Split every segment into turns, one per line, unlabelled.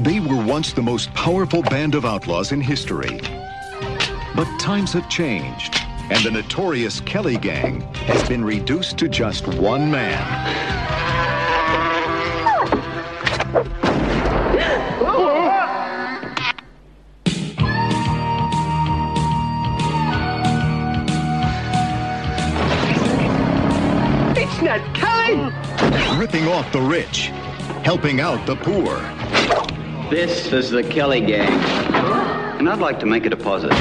They were once the most powerful band of outlaws in history. But times have changed, and the notorious Kelly Gang has been reduced to just one man.
It's not Kelly!
Ripping off the rich, helping out the poor.
This is the Kelly Gang. And I'd like to make a deposit.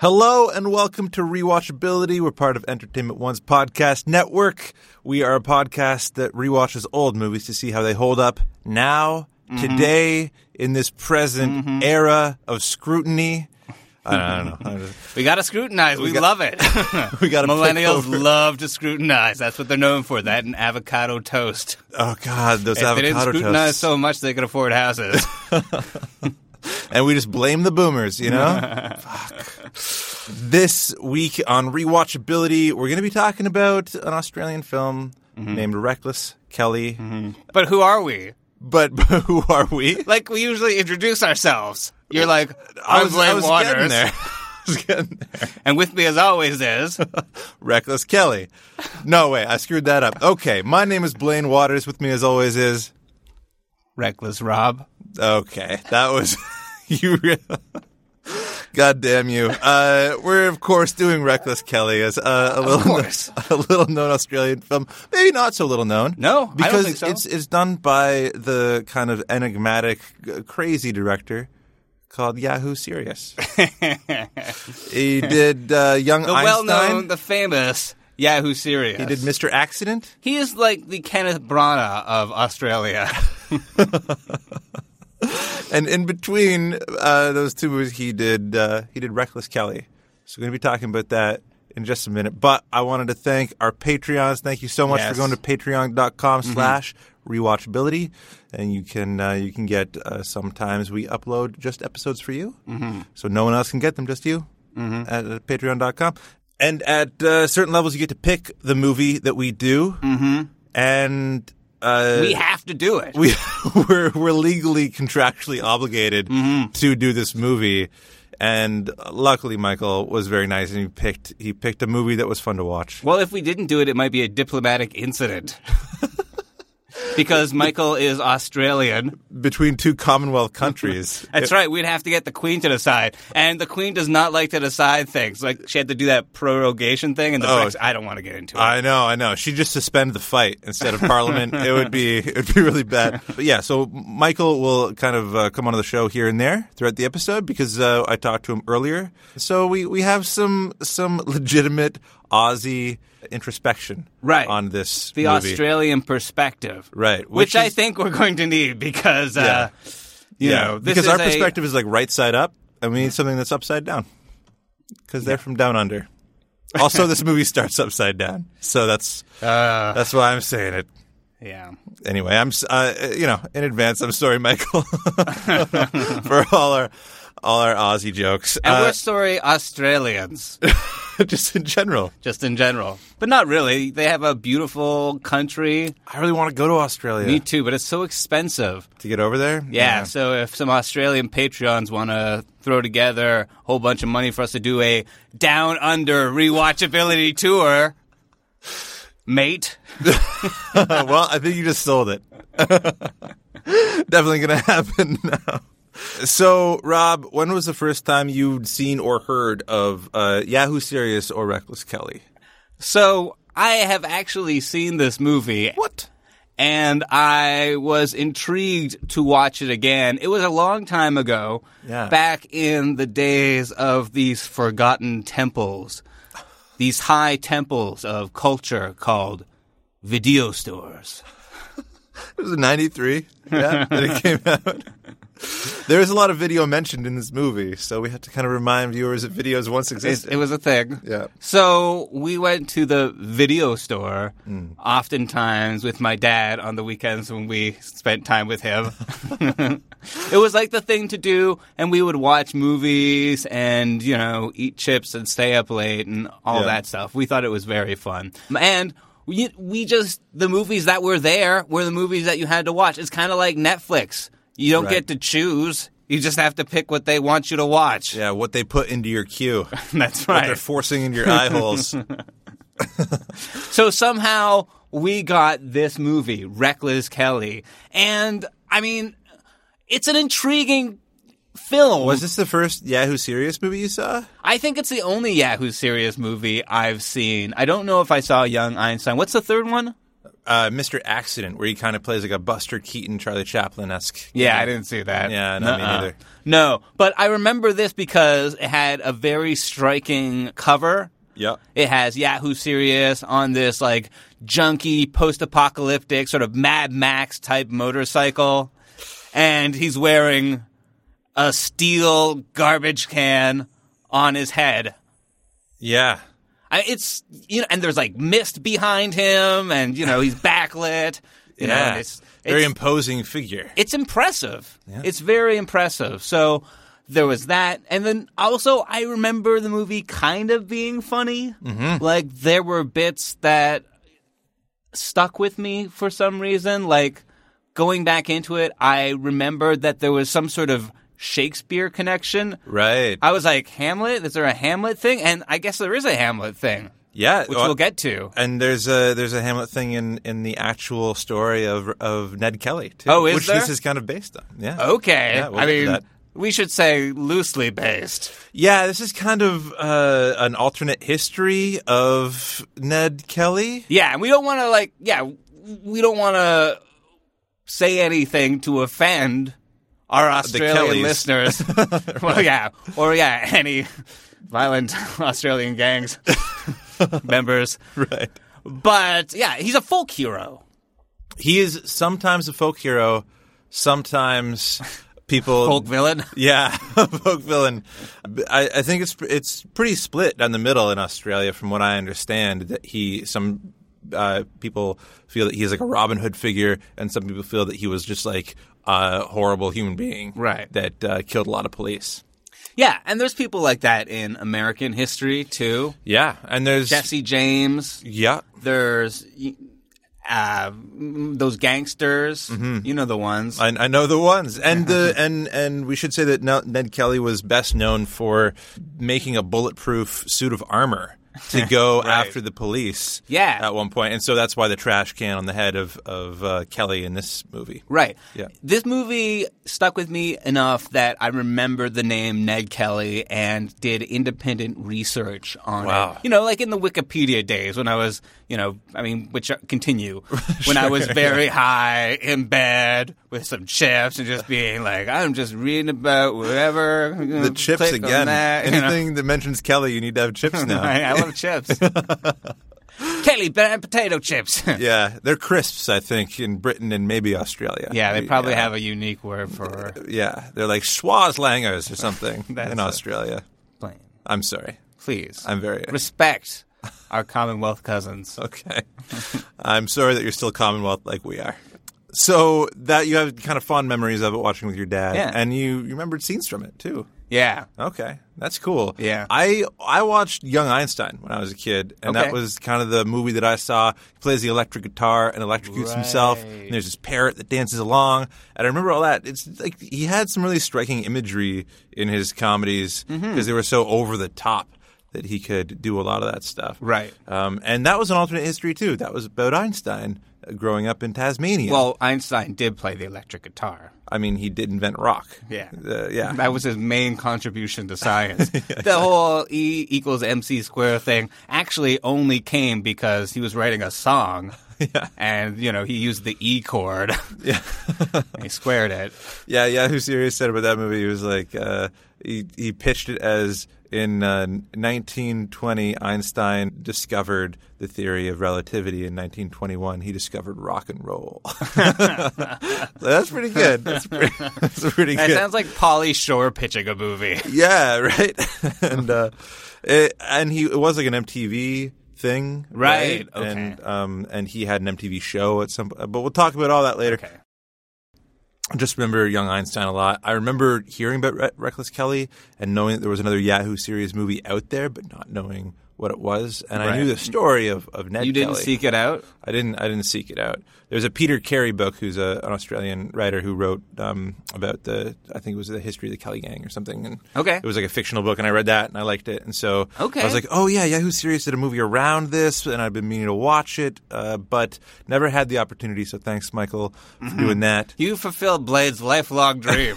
Hello and welcome to Rewatchability. We're part of Entertainment One's podcast network. We are a podcast that rewatches old movies to see how they hold up now,
Mm-hmm.
today, in this present era of scrutiny. I don't know. I just-
We gotta scrutinize. We,
got-
love it.
We gotta pick
millennials
over.
love to scrutinize. That's what they're known for. That and avocado toast.
oh God, those
if they didn't
avocado
scrutinize
toasts.
so much, they could afford houses.
and we just blame the boomers, you know? Fuck. This week on Rewatchability, we're going to be talking about an Australian film
Mm-hmm.
named Reckless Kelly.
but who are we?
But, but who are we?
Like we usually introduce ourselves. You're like,
I
I'm
was, I
Blaine
was
Waters,
getting there. I was getting there.
and with me as always is
Reckless Kelly. No way, I screwed that up. Okay, my name is Blaine Waters. With me, as always, is
Reckless Rob.
okay. That was you. Re- God damn you! Uh, we're of course doing Reckless Kelly as uh, a little
course.
a little known Australian film, maybe not so little known.
No, I don't
because
think so.
it's it's done by the kind of enigmatic, g- crazy director called Yahoo Serious. he did uh, Young
The
Einstein.
well-known, the famous Yahoo Serious.
He did Mr. Accident.
He is like the Kenneth Branagh of Australia.
And in between uh, those two movies, he did uh, he did Reckless Kelly. So we're going to be talking about that in just a minute. But I wanted to thank our Patreons. Thank you so much for
Yes.
going to patreon.com slash rewatchability. And you can uh, you can get uh, sometimes we upload just episodes for you. So no one else can get them, just you at uh, patreon.com. And at uh, certain levels, you get to pick the movie that we do. Mm-hmm. And uh,
we have to do it.
we we're we're legally contractually obligated
Mm-hmm.
to do this movie and luckily Michael was very nice and he picked he picked a movie that was fun to watch.
Well, if we didn't do it, it might be a diplomatic incident. because Michael is Australian.
Between two Commonwealth countries.
That's right. We'd have to get the Queen to decide. And the Queen does not like to decide things. Like, she had to do that prorogation thing. And the
Oh.
French, I don't want to get into it.
I know, I know. She just suspend the fight instead of parliament. it would be it would be really bad. But yeah, so Michael will kind of uh, come onto the show here and there throughout the episode because uh, I talked to him earlier. So we we have some some legitimate Aussie introspection
Right.
on this
the
movie.
Australian perspective.
Right, which
Which, I
is-
think we're going to need because, uh, you know, this
because
is
our
a-
perspective is like right side up, and we need something that's upside down because they're from down under. Also, this movie starts upside down, so that's
Uh.
that's why I'm saying it.
yeah.
Anyway, I'm s- uh, you know in advance. I'm sorry, Michael, for all our all our Aussie jokes.
And
Uh,
we're sorry, Australians,
just in general.
just in general. But not really. They have a beautiful country.
I really want to go to Australia
Me too, but it's so expensive.
to get over there.
Yeah, so if some Australian Patreons want to throw together a whole bunch of money for us to do a down under rewatchability tour, mate.
Uh, well, I think you just sold it. Definitely going to happen now. So, Rob, when was the first time you'd seen or heard of uh, Yahoo Serious or Reckless Kelly?
So I have actually seen this movie.
What?
And I was intrigued to watch it again. It was a long time ago,
Yeah.
back in the days of these forgotten temples, these high temples of culture called video stores.
It was 93. Yeah, that it came out. There is a lot of video mentioned in this movie, so we have to kind of remind viewers that videos once
It's-
existed.
it was a thing.
Yeah.
So we went to the video store
Mm.
oftentimes with my dad on the weekends when we spent time with him. it was like the thing to do, and we would watch movies and, you know, eat chips and stay up late and all
Yeah.
that stuff. We thought it was very fun. And we, we just, the movies that were there were the movies that you had to watch. It's kind of like Netflix. You don't
Right.
get to choose. You just have to pick what they want you to watch.
yeah, what they put into your queue.
That's
What
right.
they're forcing into your eye holes.
So somehow we got this movie, Reckless Kelly. And I mean, it's an intriguing film.
Was this the first Yahoo Serious movie you saw?
I think it's the only Yahoo serious movie I've seen. I don't know if I saw Young Einstein. What's the third one?
Uh, Mr. Accident, where he kind of plays like a Buster Keaton, Charlie Chaplin esque.
Yeah, I didn't see that.
Yeah, no, me
Nuh-uh.
neither.
No, but I remember this because it had a very striking cover.
Yep.
It has Yahoo Serious on this like junky post-apocalyptic sort of Mad Max type motorcycle, and he's wearing a steel garbage can on his head.
Yeah.
I, it's you know, and there's like mist behind him, and you know he's backlit. You know,
Yeah.
and it's,
Very
it's-
imposing figure.
it's impressive. It's very impressive. So there was that, and then also I remember the movie kind of being funny.
Mm-hmm.
Like there were bits that stuck with me for some reason. Like going back into it, I remembered that there was some sort of Shakespeare connection.
right.
I was like, Hamlet? Is there a Hamlet thing? And I guess there is a Hamlet thing,
yeah.
which
well,
we'll get to.
And there's a there's a Hamlet thing in, in the actual story of of Ned Kelly too.
Oh, is
which this
there?
is kind of based on. Yeah.
Okay.
Yeah, we'll
I
get to
mean,
that.
we should say loosely based.
Yeah, this is kind of uh, an alternate history of Ned Kelly.
Yeah, and we don't want to like yeah, we don't want to say anything to offend our Australian
Kellys.
listeners. well, yeah, or yeah, any violent Australian gangs members.
Right.
But yeah, he's a folk hero.
He is sometimes a folk hero, sometimes people
Folk villain.
Yeah, folk villain. I, I think it's it's pretty split down the middle in Australia, from what I understand. That he some uh, people feel that he's like a Robin Hood figure, and some people feel that he was just like a horrible human being,
Right.
That uh, killed a lot of police.
Yeah, and there's people like that in American history too.
Yeah, and there's
Jesse James.
yeah,
There's y- uh, mm, those gangsters. You know the ones.
I, I know the ones, and the
Uh-huh.
and and we should say that now Ned Kelly was best known for making a bulletproof suit of armor to go after the police.
Yeah.
at one point, and so that's why the trash can on the head of of uh, Kelly in this movie.
Right.
Yeah.
This movie stuck with me enough that I remembered the name Ned Kelly and did independent research on
Wow.
it. You know, like in the Wikipedia days when I was, you know, I mean, which are- continue when I was very high in bed with some chips and just being like, I'm just reading about whatever. you know,
The chips
click on
again.
that, you know.
Anything that mentions Kelly, you need to have chips now.
I, I love chips. Kelly, banana potato chips.
Yeah, they're crisps, I think, in Britain and maybe Australia.
yeah, they probably have a unique word for
Yeah, they're like Schwazlangers or something
That's
in
it.
Australia.
plane.
I'm sorry.
Please.
I'm very-
Respect our Commonwealth cousins.
Okay. I'm sorry that you're still Commonwealth like we are. So that you have kind of fond memories of it watching with your dad,
Yeah.
and you you remembered scenes from it too.
Yeah.
Okay, that's cool.
Yeah.
I I watched Young Einstein when I was a kid, and
Okay.
that was kind of the movie that I saw. He plays the electric guitar and electrocutes himself, and there's this parrot that dances along, and I remember all that. It's like he had some really striking imagery in his comedies because
Mm-hmm.
they were so over the top that he could do a lot of that stuff.
Right.
Um, and that was an alternate history too. That was about Einstein uh, growing up in Tasmania.
Well, Einstein did play the electric guitar.
I mean, he did invent rock.
Yeah.
Uh, yeah.
That was his main contribution to science. the whole E equals MC square thing actually only came because he was writing a song. And, you know, he used the E chord. Yeah. he squared it.
Yeah, Yahoo Serious said about that movie, he was like, uh, he, he pitched it as in uh, 1920, Einstein discovered the theory of relativity. In 1921, he discovered rock and roll. so that's pretty good. That's pretty, that's pretty
That
good.
sounds like Polly Shore pitching a movie.
yeah, right. and uh, it, and he it was like an MTV thing,
Right,
right?
okay.
And um, and he had an MTV show at some. uh, But we'll talk about all that later.
Okay.
I just remember Young Einstein a lot. I remember hearing about Re- Reckless Kelly and knowing that there was another Yahoo series movie out there, but not knowing what it was. And
Right.
I knew the story of, of Ned.
You didn't
Kelly.
seek it out?
I didn't. I didn't seek it out. There's a Peter Carey book, who's a, an Australian writer who wrote um, about the. I think it was the history of the Kelly Gang or something. And
Okay.
it was like a fictional book, and I read that and I liked it. And so
Okay.
I was like, oh yeah, Yahoo Serious did a movie around this, and I've been meaning to watch it, uh, but never had the opportunity. So thanks, Michael, for
Mm-hmm.
doing that.
You fulfilled Blade's lifelong dream.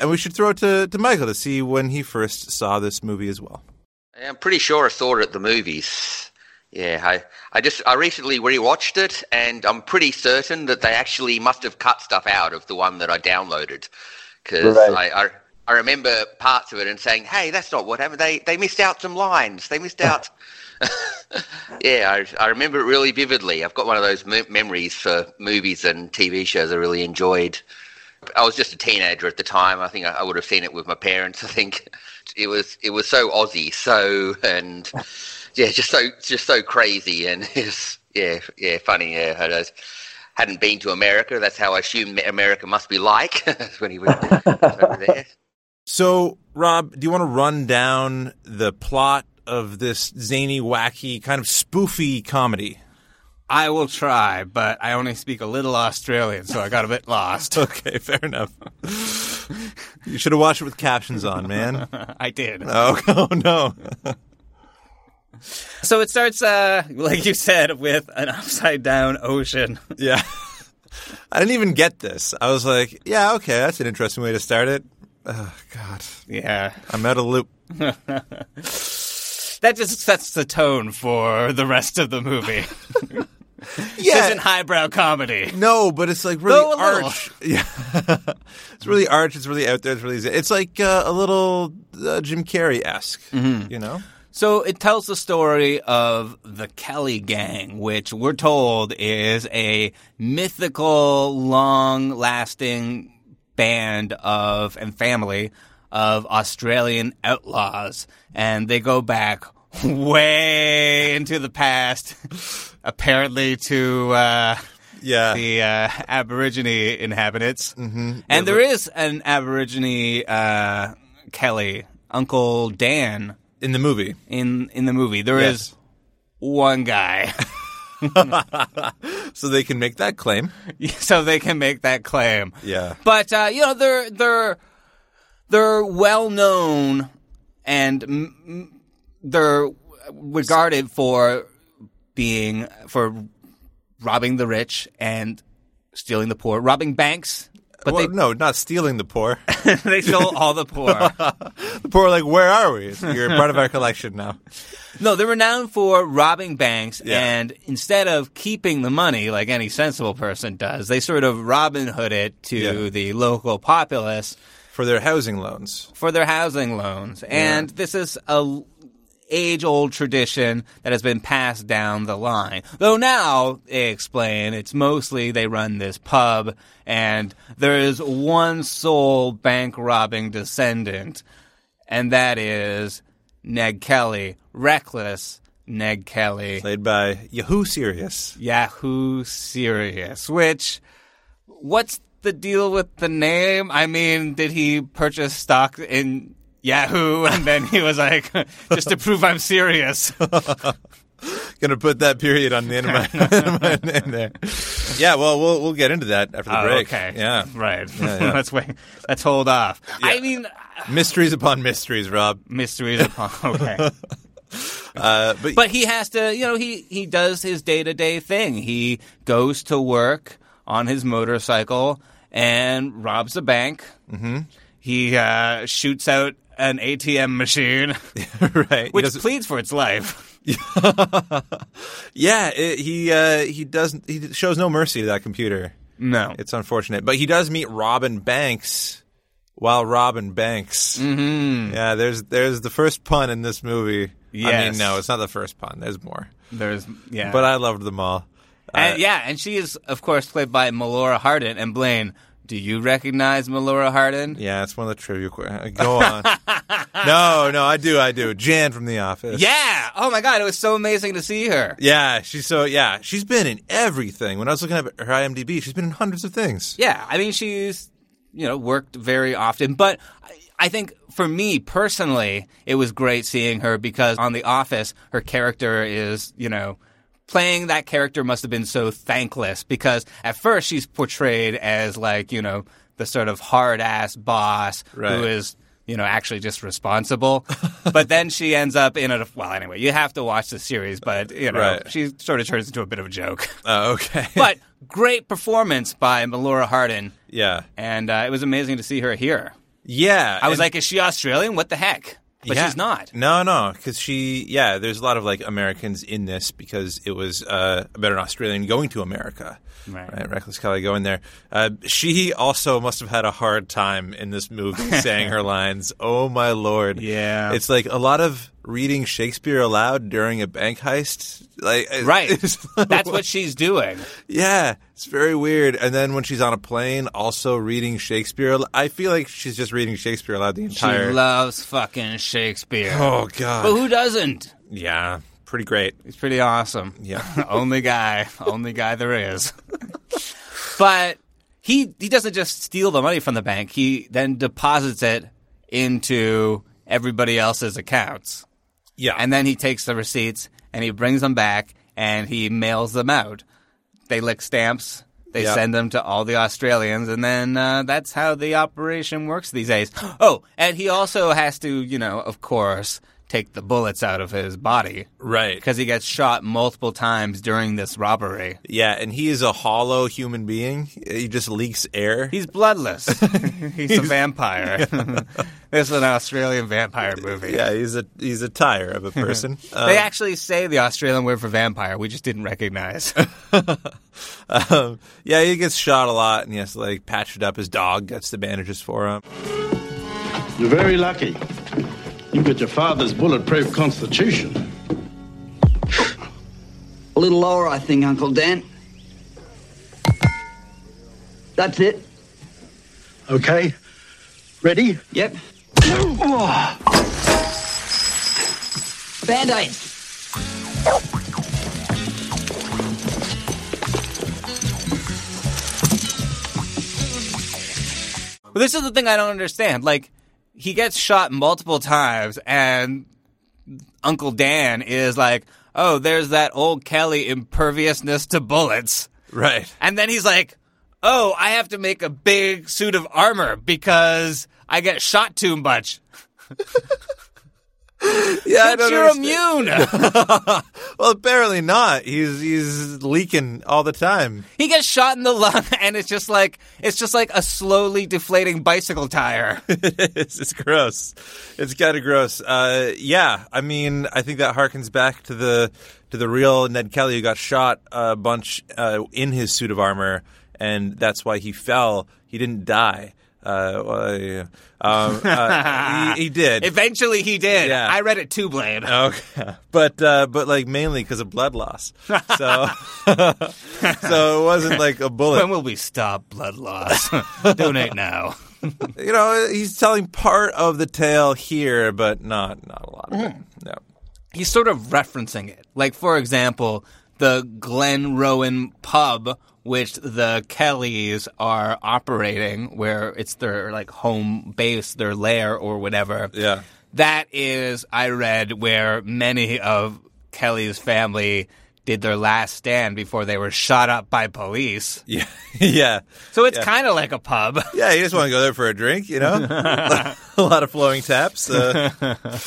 And we should throw it to, to Michael to see when he first saw this movie as well.
I'm pretty sure I saw it at the movies. Yeah, I, I just I recently rewatched it, and I'm pretty certain that they actually must have cut stuff out of the one that I downloaded because I, I I remember parts of it and saying, "Hey, that's not what happened. They they missed out some lines. They missed out." yeah, I, I remember it really vividly. I've got one of those me- memories for movies and TV shows I really enjoyed. I was just a teenager at the time. I think I, I would have seen it with my parents. I think it was it was so Aussie, so and yeah, just so just so crazy and it's, yeah, yeah, funny. Yeah, I just hadn't been to America. That's how I assumed America must be like when he was over there.
So, Rob, do you want to run down the plot of this zany, wacky, kind of spoofy comedy?
I will try, but I only speak a little Australian, so I got a bit lost.
Okay, fair enough. you should have watched it with captions on, man.
I did.
Oh, oh no.
So it starts, uh, like you said, with an upside down ocean.
Yeah. I didn't even get this. I was like, yeah, okay, that's an interesting way to start it. Oh, God.
Yeah.
I'm out of loop.
That just sets the tone for the rest of the movie. This isn't highbrow comedy.
No, but it's like really
Though a little.
arch. Yeah, it's really arch. It's really out there. It's really. It's like uh, a little uh, Jim Carrey esque.
Mm-hmm.
You know.
So it tells the story of the Kelly Gang, which we're told is a mythical, long lasting band of and family of Australian outlaws. And they go back way into the past, apparently to uh,
Yeah.
the uh, Aborigine inhabitants. Mm-hmm. And there is an Aborigine uh, Kelly, Uncle Dan
In the movie,
in in the movie. there is
Yes.
one guy,
so they can make that claim.
so they can make that claim.
Yeah.
but uh, you know they're they're they're well known and m- m- they're regarded for being for robbing the rich and stealing the poor, robbing banks. But
well, no, not stealing the poor.
they, they stole all the poor.
the poor, are like, where are we? It's like, You're part of our collection now.
No, they're renowned for robbing banks,
Yeah.
and instead of keeping the money like any sensible person does, they sort of Robin Hood it to
Yeah.
the local populace
For their housing loans.
for their housing loans. And this is a age old tradition that has been passed down the line. Though now they explain it's mostly they run this pub, and there is one sole bank robbing descendant, and that is Ned Kelly, reckless Ned Kelly.
Played by Yahoo Serious.
Yahoo Serious, which what's the deal with the name? I mean, did he purchase stock in Yahoo and then he was like just to prove I'm serious.
Gonna put that period on the end of my, my name there. Yeah, well, we'll we'll get into that after the
Oh,
break.
okay.
Yeah.
Right.
yeah.
let's wait. Let's hold off. I mean,
Mysteries upon mysteries, Rob.
mysteries upon. Okay.
Uh, but,
but he has to you know he he does his day-to-day thing he goes to work on his motorcycle and robs a bank mm-hmm. he uh, shoots out an atm machine
right, he
which
doesn't-
pleads for its life
yeah, it, he uh, he doesn't he shows no mercy to that computer.
no
It's unfortunate, but he does meet Robin Banks while Robin Banks. Mm-hmm. Yeah, there's there's the first pun in this movie. I mean,
Yes.
no, it's not the first pun. There's more,
there's yeah
but uh, I loved them all.
and, yeah and she is of course played by melora hardin and blaine do you recognize melora hardin
Yeah, it's one of the trivia. que- uh, Go on. no, no, I do, I do. Jan from The Office.
yeah oh my god it was so amazing to see her
Yeah, she's so yeah. She's been in everything. When I was looking up her IMDb, she's been in hundreds of things.
Yeah, I mean she's you know worked very often, but I- I think for me personally, it was great seeing her because on The Office, her character is you know. Playing that character must have been so thankless because at first she's portrayed as like, you know, the sort of hard ass boss
Right.
who is, you know, actually just responsible. but then she ends up in a, well, anyway, you have to watch the series, but, you know,
Right.
she sort of turns into a bit of a joke.
Oh, okay.
but great performance by Melora Hardin
yeah,
and uh, it was amazing to see her here.
yeah.
I was
and-
like, is she Australian? What the heck? But
Yeah.
she's not.
No, no, because she, yeah, there's a lot of like Americans in this because it was uh, about an Australian going to America,
Right.
Reckless Kelly going there. Uh, she also must have had a hard time in this movie saying her lines. Oh my lord!
Yeah.
it's like a lot of reading Shakespeare aloud during a bank heist. Like, it-
Right.
it's-
That's what she's doing.
yeah, it's very weird. And then when she's on a plane, also reading Shakespeare. al- I feel like she's just reading Shakespeare aloud the
She
entire.
loves fucking Shakespeare.
oh god!
But who doesn't?
Yeah, pretty great.
He's pretty awesome.
Yeah.
only guy. Only guy there is. but he he doesn't just steal the money from the bank. He then deposits it into everybody else's accounts.
Yeah,
And then he takes the receipts and he brings them back and he mails them out. They lick stamps. They
Yeah.
send them to all the Australians, and then uh, that's how the operation works these days. Oh, and he also has to, you know, of course, take the bullets out of his body
right.
because he gets shot multiple times during this robbery.
Yeah, and he is a hollow human being. He just leaks air.
He's bloodless. He's a vampire. this is an Australian vampire movie.
yeah, he's a he's a tire of a person. Uh,
They actually say the Australian word for vampire. We just didn't recognize.
um, yeah, he gets shot a lot, and he has to like patch it up. His dog gets the bandages for him.
You're very lucky. You've got your father's bulletproof constitution.
A little lower, I think, Uncle Dan. That's it.
Okay. Ready?
Yep. Band aids.
Well, this is the thing I don't understand. Like, he gets shot multiple times, and Uncle Dan is like, "Oh, there's that old Kelly imperviousness to bullets,"
Right.
and then he's like, "Oh, I have to make a big suit of armor because I get shot too much."
Yeah, I
But
don't
you're
understand.
immune.
Well, apparently not. He's he's leaking all the time.
he gets shot in the lung, and it's just like it's just like a slowly deflating bicycle tire.
it's, it's gross. It's kind of gross. Uh, yeah, I mean, I think that harkens back to the to the real Ned Kelly who got shot a bunch uh, in his suit of armor, and that's why he fell. He didn't die. Uh, well, yeah. um, uh, he, he did.
Eventually, he did.
Yeah. Oh.
I read it too, Blade.
Okay, but uh, but like mainly because of blood loss, so so it wasn't like a bullet.
When will we stop blood loss? Donate now.
you know, he's telling part of the tale here, but not not a lot of it. No.
he's sort of referencing it. Like, for example, the Glen Rowan pub, which the Kellys are operating, where it's their like home base, their lair or whatever.
Yeah.
That is, I read, where many of Kelly's family did their last stand before they were shot up by police.
Yeah, yeah.
So it's kind of like a pub.
Yeah, you just want to go there for a drink, you know? a lot of flowing taps, uh,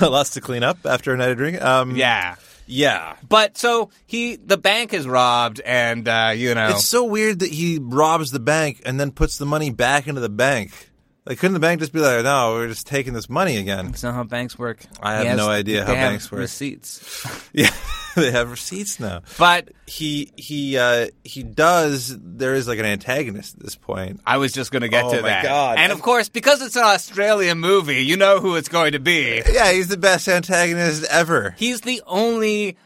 lots to clean up after a night of drinking. Um,
yeah.
Yeah.
But so he, the bank is robbed, and uh, you know,
It's so weird that he robs the bank and then puts the money back into the bank. Like, couldn't the bank just be like, no, we're just taking this money again?
It's not how banks work.
I
He
have
has-
no idea how
they have
banks work.
Receipts,
Yeah, they have receipts now.
but
He he uh, he does. There is like an antagonist at this point.
I was just going to get
Oh,
to
my
that.
God.
And of course, because it's an Australian movie, you know who it's going to be.
Yeah, he's the best antagonist ever.
He's the only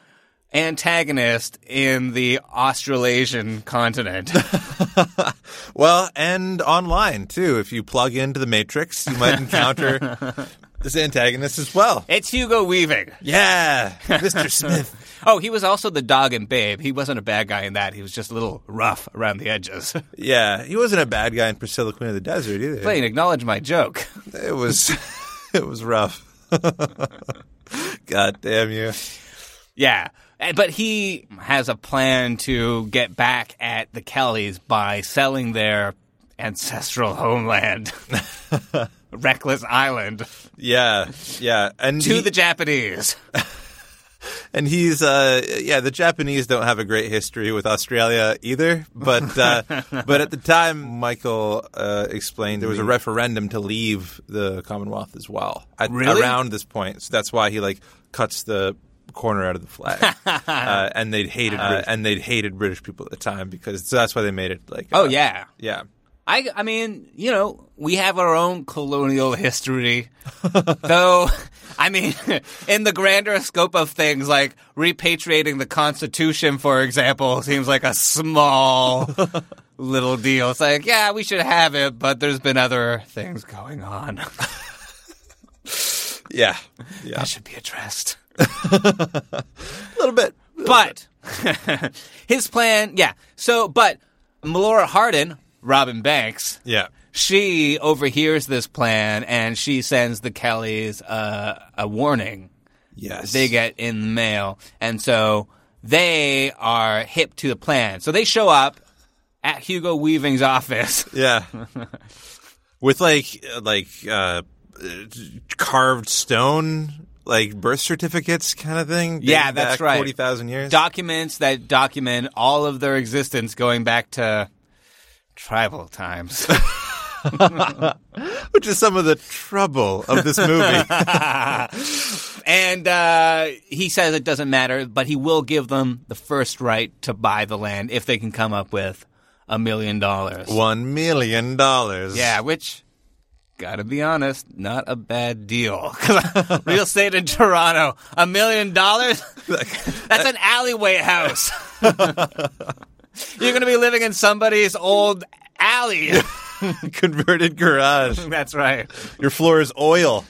antagonist in the Australasian continent.
Well, and online too. If you plug into the Matrix, you might encounter this antagonist as well.
it's Hugo Weaving.
Yeah, Mr. Smith.
Oh, he was also the dog and babe. He wasn't a bad guy in that. He was just a little rough around the edges.
Yeah, he wasn't a bad guy in Priscilla, Queen of the Desert either.
Blaine, acknowledge my joke.
It was, it was rough. God damn you!
Yeah. And- But he has a plan to get back at the Kellys by selling their ancestral homeland, Reckless Island,
Yeah, yeah, and
to
he-
the Japanese.
and he's uh yeah the Japanese don't have a great history with Australia either but uh, but at the time Michael uh, explained there was a
Mm-hmm.
referendum to leave the Commonwealth as well at,
Really?
around this point so that's why he like cuts the corner out of the flag uh, and they'd hated uh, and they'd hated British people at the time because so that's why they made it like
Oh,
uh,
yeah.
yeah
I, I mean, you know, we have our own colonial history. Though, I mean, in the grander scope of things, like repatriating the Constitution, for example, seems like a small little deal. It's like, yeah, we should have it, but there's been other things going on
yeah yeah
that should be addressed.
a little bit
But his plan, yeah. So, but Melora Hardin, Robin Banks,
yeah
she overhears this plan and she sends the Kellys uh, a warning
yes
they get in the mail. And so they are hip to the plan. So they show up at Hugo Weaving's office.
Yeah. With like like uh carved stone like birth certificates kind of thing. dating
Yeah, that's
back
right.
40,000 years.
Documents that document all of their existence going back to tribal times.
Which is some of the trouble of this movie.
and uh, he says it doesn't matter, but he will give them the first right to buy the land if they can come up with a million dollars.
1 million dollars.
Yeah, which, gotta be honest, not a bad deal. 'Cause Real estate in Toronto, a million dollars? That's an alleyway house. You're gonna be living in somebody's old alley.
Converted garage.
That's right.
Your floor is oil.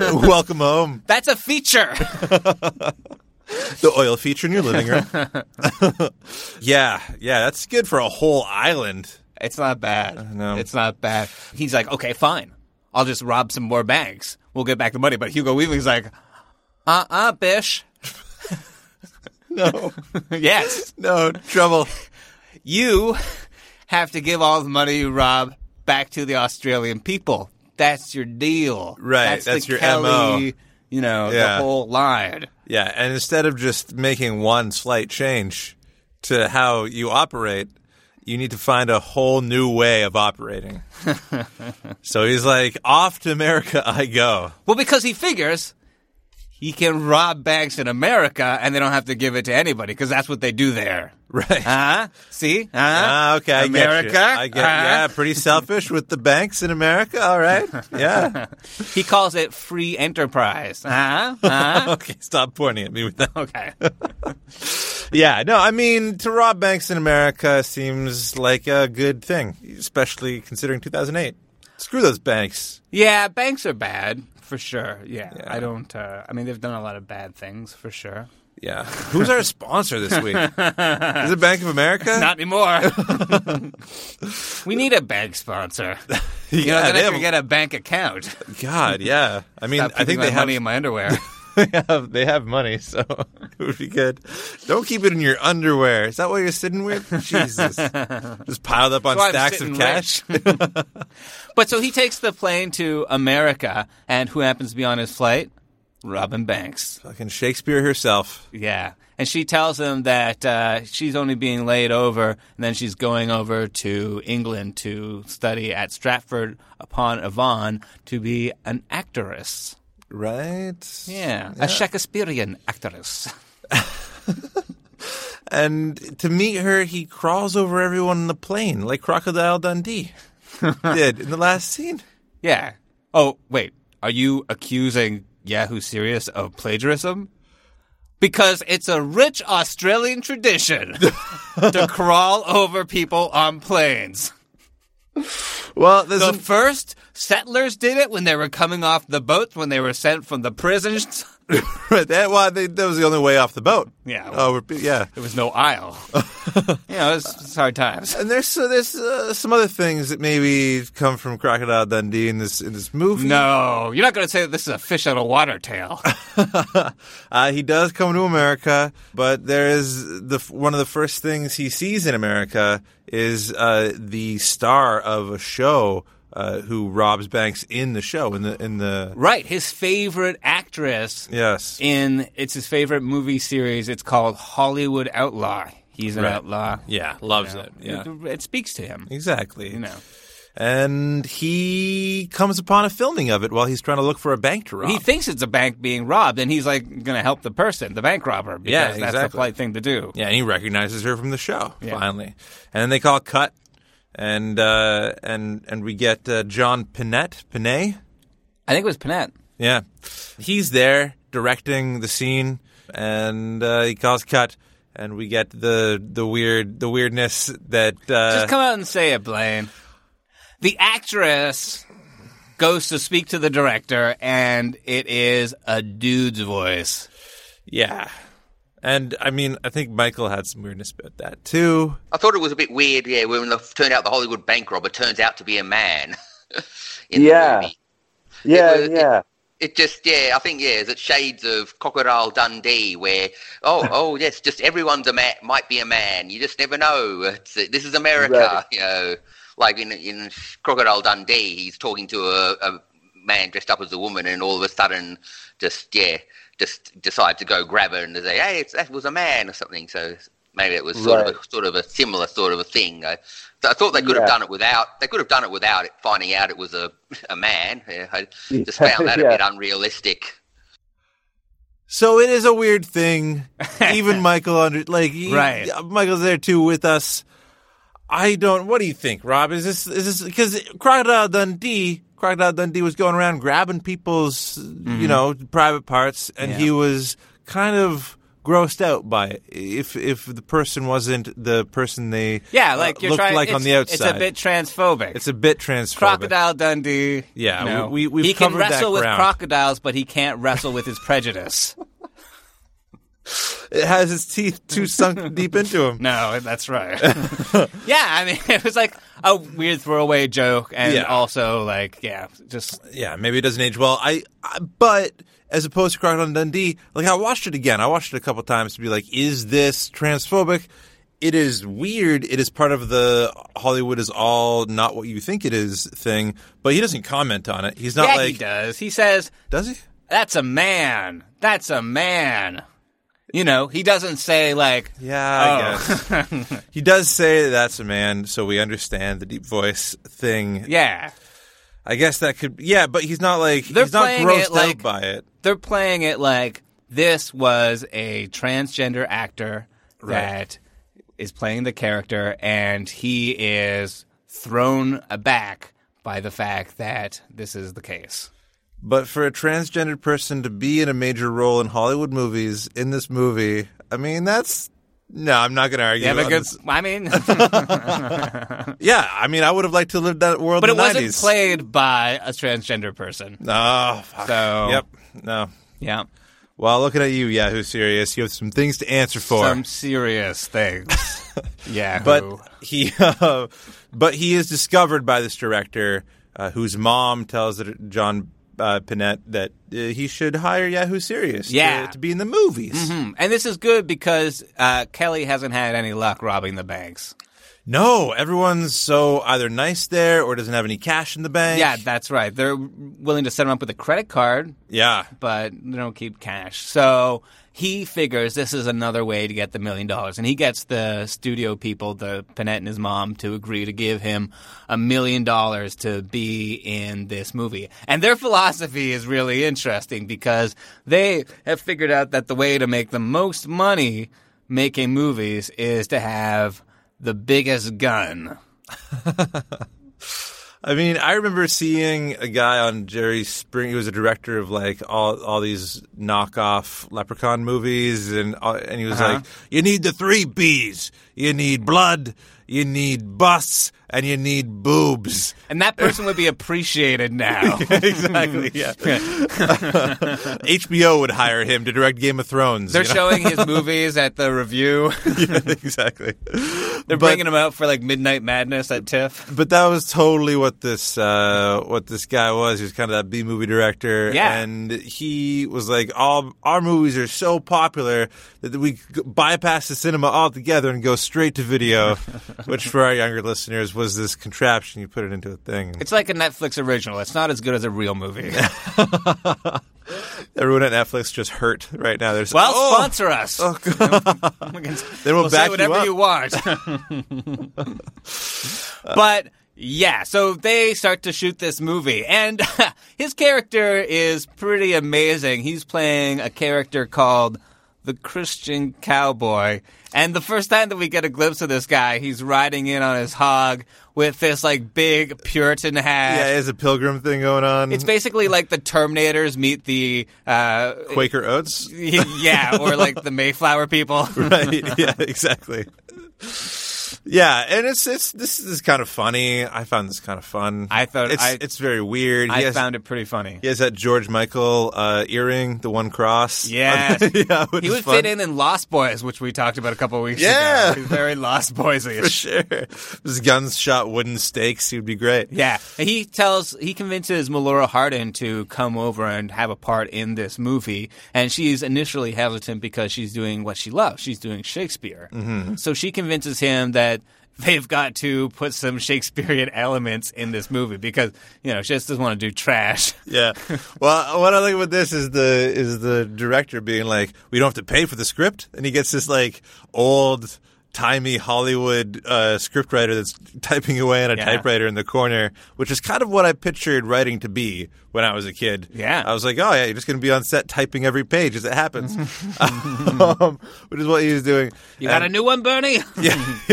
Welcome home.
That's a feature.
The oil feature in your living room. yeah, yeah, that's good for a whole island.
It's not bad.
No.
It's not bad. He's like, okay, fine. I'll just rob some more banks. We'll get back the money. But Hugo Weaving's like, uh uh, bish.
No.
yes.
No trouble.
you have to give all the money you rob back to the Australian people. That's your deal.
Right,
That's,
that's
the
your
Kelly,
MO.
You know,
Yeah.
the whole line.
Yeah, and instead of just making one slight change to how you operate, you need to find a whole new way of operating. so he's like, off to America I go.
Well, because he figures he can rob banks in America and they don't have to give it to anybody because that's what they do there.
Right.
Huh? See? Uh-huh. Huh?
Ah, okay, I get you.
Ah, America. Ah.
I get,
Huh?
yeah, pretty selfish with the banks in America. All right, yeah.
He calls it free enterprise. Huh? Huh?
Okay, stop pointing at me with that.
okay.
Yeah, no, I mean to rob banks in America seems like a good thing, especially considering 2008. Screw those banks.
Yeah, banks are bad for sure. Yeah, I don't. Uh, I mean, they've done a lot of bad things for sure.
Yeah. Who's our sponsor this week? Is it Bank of America?
Not anymore. we need a bank sponsor.
yeah,
You know, then
they
I
have-
can get a bank account.
God, yeah. I mean,
Stop
I think
keeping my
they have,
money in my underwear.
they have they have money, so it would be good. Don't keep it in your underwear. Is that what you're sitting with? Jesus, just piled up on
So I'm
stacks of
sitting
cash.
but so he takes the plane to America, and who happens to be on his flight? Robin Banks.
Fucking Shakespeare herself.
Yeah. And she tells him that uh, she's only being laid over, and then she's going over to England to study at Stratford upon Avon to be an actress.
Right.
Yeah, a Shakespearean actress.
And to meet her, he crawls over everyone in the plane like Crocodile Dundee did in the last scene.
Yeah. Oh, wait. Are you accusing Yahoo Serious of plagiarism? Because it's a rich Australian tradition to crawl over people on planes.
Well, there's
The first settlers did it when they were coming off the boats when they were sent from the prisons.
that, well, they, that was the only way off the boat.
Yeah.
Oh, we're- yeah.
There was no aisle. you know, it's, it's hard times.
And there's uh, there's uh, some other things that maybe come from Crocodile Dundee in this in this movie.
No, you're not going to say that this is a fish out of water tale.
Uh, he does come to America, but there is the one of the first things he sees in America is uh, the star of a show uh, who robs banks in the show in the in the
right, his favorite actress
yes
in it's his favorite movie series. It's called Hollywood Outlaw. He's an outlaw.
yeah loves it yeah
It, it speaks to him.
exactly
You know,
and he comes upon a filming of it while he's trying to look for a bank to rob
he thinks it's a bank being robbed, and he's like going to help the person, the bank robber, because
Yeah,
that's the
exactly.
polite thing to do.
Yeah, and he recognizes her from the show
Yeah.
finally, and then they call cut, and uh, and and we get uh, John Pinette Pinet.
I think it was Panette.
Yeah, he's there directing the scene, and uh, he calls cut, and we get the the weird the weirdness that uh,
Just come out and say it, Blaine. The actress goes to speak to the director, and it is a dude's voice.
yeah, and I mean I think Michael had some weirdness about that too.
I thought it was a bit weird, yeah, when it turned out the Hollywood bank robber turns out to be a man. in
Yeah.
The movie.
Yeah,
was- it-
yeah.
It just, yeah, I think, yeah, is it shades of Crocodile Dundee where, oh, oh, yes, just everyone's a man, might be a man. You just never know. It's, this is America,
Right.
you know. Like in, in Crocodile Dundee, he's talking to a, a man dressed up as a woman and all of a sudden just, yeah, just decide to go grab her and to say, hey, it's, that was a man or something. So maybe it was sort, of,
Right.
a, sort of a similar sort of a thing. I, I thought they could have
Yeah.
done it without, they could have done it without it finding out it was a, a man. Yeah, I just
Yeah,
found that
yeah.
a bit unrealistic.
So it is a weird thing. Even Michael under like he-
Right.
Michael's there too with us. I don't. What do you think, Rob? Is this is this because Crocodile Dundee? Crocodile Dundee was going around grabbing people's you
Mm-hmm.
know private parts, and he was kind of grossed out by it. If if the person wasn't the person they
Yeah,
uh,
like you're
looked
trying.
like
it's,
on the outside,
it's a bit transphobic.
it's a bit transphobic.
crocodile Dundee.
Yeah,
you know.
we- we- we've
he can
covered that
wrestle with
ground.
crocodiles, but he can't wrestle with his prejudice.
It has its teeth too sunk deep into him.
No, that's right. yeah, I mean, it was like a weird throwaway joke, and
Yeah.
also like, yeah, just
yeah, maybe it doesn't age well. I, I but as opposed to Crocodile Dundee, like I watched it again. I watched it a couple times to be like, is this transphobic? It is weird. It is part of the Hollywood is all not what you think it is thing. But he doesn't comment on it. He's not
yeah,
like
he does. He says,
does he?
"That's a man. That's a man." You know, he doesn't say like,
Yeah,
Oh.
I guess he does say that that's a man. So we understand the deep voice thing.
yeah.
I guess that could. Yeah, but he's not like
They're
he's not
playing
grossed
it like-
out by it.
They're playing it like this was a transgender actor that is playing the character, and he is thrown aback by the fact that this is the case.
But for a transgendered person to be in a major role in Hollywood movies in this movie, I mean that's No, I'm not going to argue.
They have a
on
good.
this.
I mean,
Yeah, I mean, I would have liked to live that world
but
in
it
the 90s.
wasn't played by a transgender person.
Oh, fuck.
So
Yep. No.
yeah,
Well, looking at you, Yahoo Serious, you have some things to answer for.
some serious things. yeah,
but he, uh, but he is discovered by this director, uh, whose mom tells that John uh, Pinette that uh, he should hire Yahoo Serious,
Yeah. Mm-hmm.
to, to be in the movies.
and this is good because uh, Kelly hasn't had any luck robbing the banks.
No, everyone's so either nice there or doesn't have any cash in the bank.
Yeah, that's right. They're willing to set him up with a credit card,
yeah.
but they don't keep cash. So he figures this is another way to get the million dollars. And he gets the studio people, the Panette and his mom, to agree to give him a million dollars to be in this movie. And their philosophy is really interesting because they have figured out that the way to make the most money making movies is to have the biggest gun.
I mean, I remember seeing a guy on Jerry Spring. He was a director of like all all these knockoff Leprechaun movies, and all- and he was
Uh-huh.
like, "You need the three B's. You need blood. You need busts, and you need boobs."
And that person would be appreciated now.
exactly. Yeah. HBO would hire him to direct Game of Thrones.
They're
you know?
showing his movies at the review.
Yeah, exactly.
They're
But-
bringing him out for like Midnight Madness at TIFF.
But that was totally what this uh, what this guy was. He was kind of that B movie director,
Yeah.
and he was like, "All our movies are so popular that we g- bypass the cinema altogether and go straight to video," which for our younger listeners was this contraption you put it into a thing.
It's like a Netflix original. It's not as good as a real movie.
Everyone at Netflix just hurt right now. There's
Well,
oh,
sponsor us. we can,
They will
we'll
back
say
you
whatever
up.
you, want. but yeah, so they start to shoot this movie, and his character is pretty amazing. He's playing a character called the Christian Cowboy, and the first time that we get a glimpse of this guy, he's riding in on his hog with this like big Puritan hat.
yeah, it's a pilgrim thing going on.
It's basically like the Terminators meet the uh,
Quaker Oats.
yeah, or like the Mayflower people.
right. Yeah, exactly. Yeah, and it's it's this is kind of funny. I found this kind of fun.
I thought-
it's
I-
it's very weird.
I
he has,
found it pretty funny.
he has that George Michael uh, earring, the one cross.
Yes.
yeah, which
he
is
would
fun.
fit in in Lost Boys, which we talked about a couple weeks
Yeah.
ago. He's very Lost
for
Boys-ish.
sure. His guns shot wooden stakes. He would be great.
Yeah, he tells he convinces Melora Hardin to come over and have a part in this movie, and she's initially hesitant because she's doing what she loves. She's doing Shakespeare, mm-hmm. so she convinces him that they've got to put some Shakespearean elements in this movie because you know she just doesn't want to do trash.
Yeah. Well, what I like about this is the is the director being like, "We don't have to pay for the script," and he gets this like old timey Hollywood uh, scriptwriter that's typing away on a
Yeah.
typewriter in the corner, which is kind of what I pictured writing to be when I was a kid.
Yeah.
I was like, "Oh yeah, you're just going to be on set typing every page as it happens," um, which is what he was doing.
You got
And-
a new one, Bernie?
yeah,
Mm-hmm.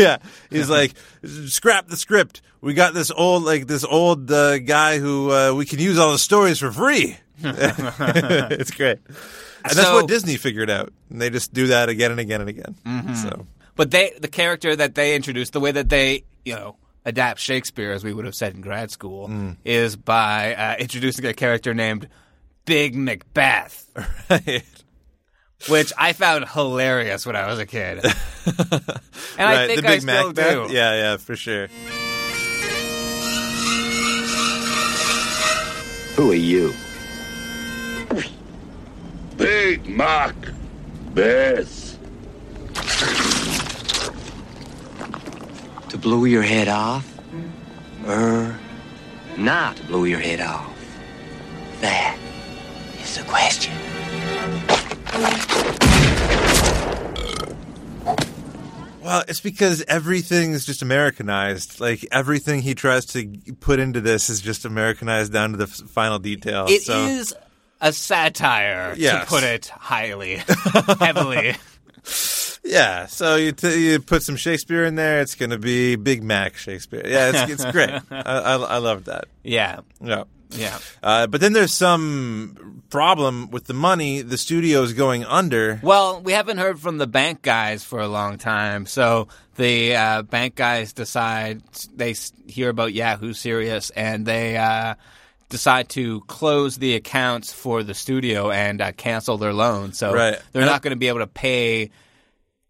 yeah. He's like, scrap the script. We got this old, like this old uh, guy who uh, we can use all the stories for free. it's great, and that's
So-
what Disney figured out. And they just do that again and again and again.
Mm-hmm.
So
But they, the character that they introduced, the way that they, you know, adapt Shakespeare, as we would have said in grad school, is by uh, introducing a character named Big Macbeth, which I found hilarious when I was a kid, and I
Right,
think
the Big
I still
Mac bet?
do.
Yeah, yeah, for sure.
Who are you?
Big Mac. Beth.
To blow your head off? Er, not to blow your head off? That is the question.
Well, it's because everything's just Americanized. Like everything he tries to put into this is just Americanized down to the f- final detail.
It is
so.
a satire,
Yes.
to put it highly, heavily.
Yeah, so you t- you put some Shakespeare in there. It's going to be Big Mac Shakespeare. Yeah, it's, it's great. I, I I love that.
Yeah.
Yeah,
Yeah.
Uh, but then there's some problem with the money. The studio's going under.
Well, we haven't heard from the bank guys for a long time, so the uh, bank guys decide they s- hear about Yahoo Serious and they uh, decide to close the accounts for the studio and uh, cancel their loan. So
Right.
they're
And
not going to be able to pay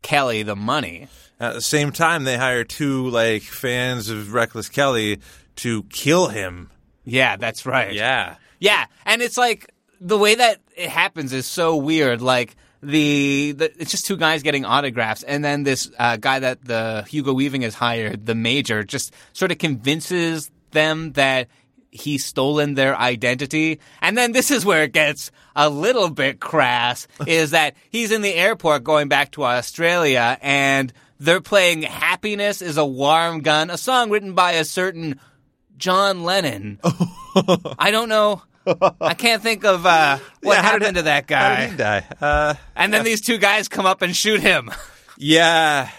Kelly the money.
At the same time, they hire two like fans of Reckless Kelly to kill him.
Yeah, that's right.
Yeah.
Yeah, and it's like the way that it happens is so weird. Like the, the it's just two guys getting autographs, and then this uh, guy that the Hugo Weaving has hired, the major, just sort of convinces them that he's stolen their identity. And then this is where it gets a little bit crass: is that he's in the airport going back to Australia, and they're playing "Happiness Is a Warm Gun," a song written by a certain John Lennon. I don't know. I can't think of uh, what
Yeah, how did
happened to that guy.
How did he die? Uh,
and then these two guys come up and shoot him.
yeah,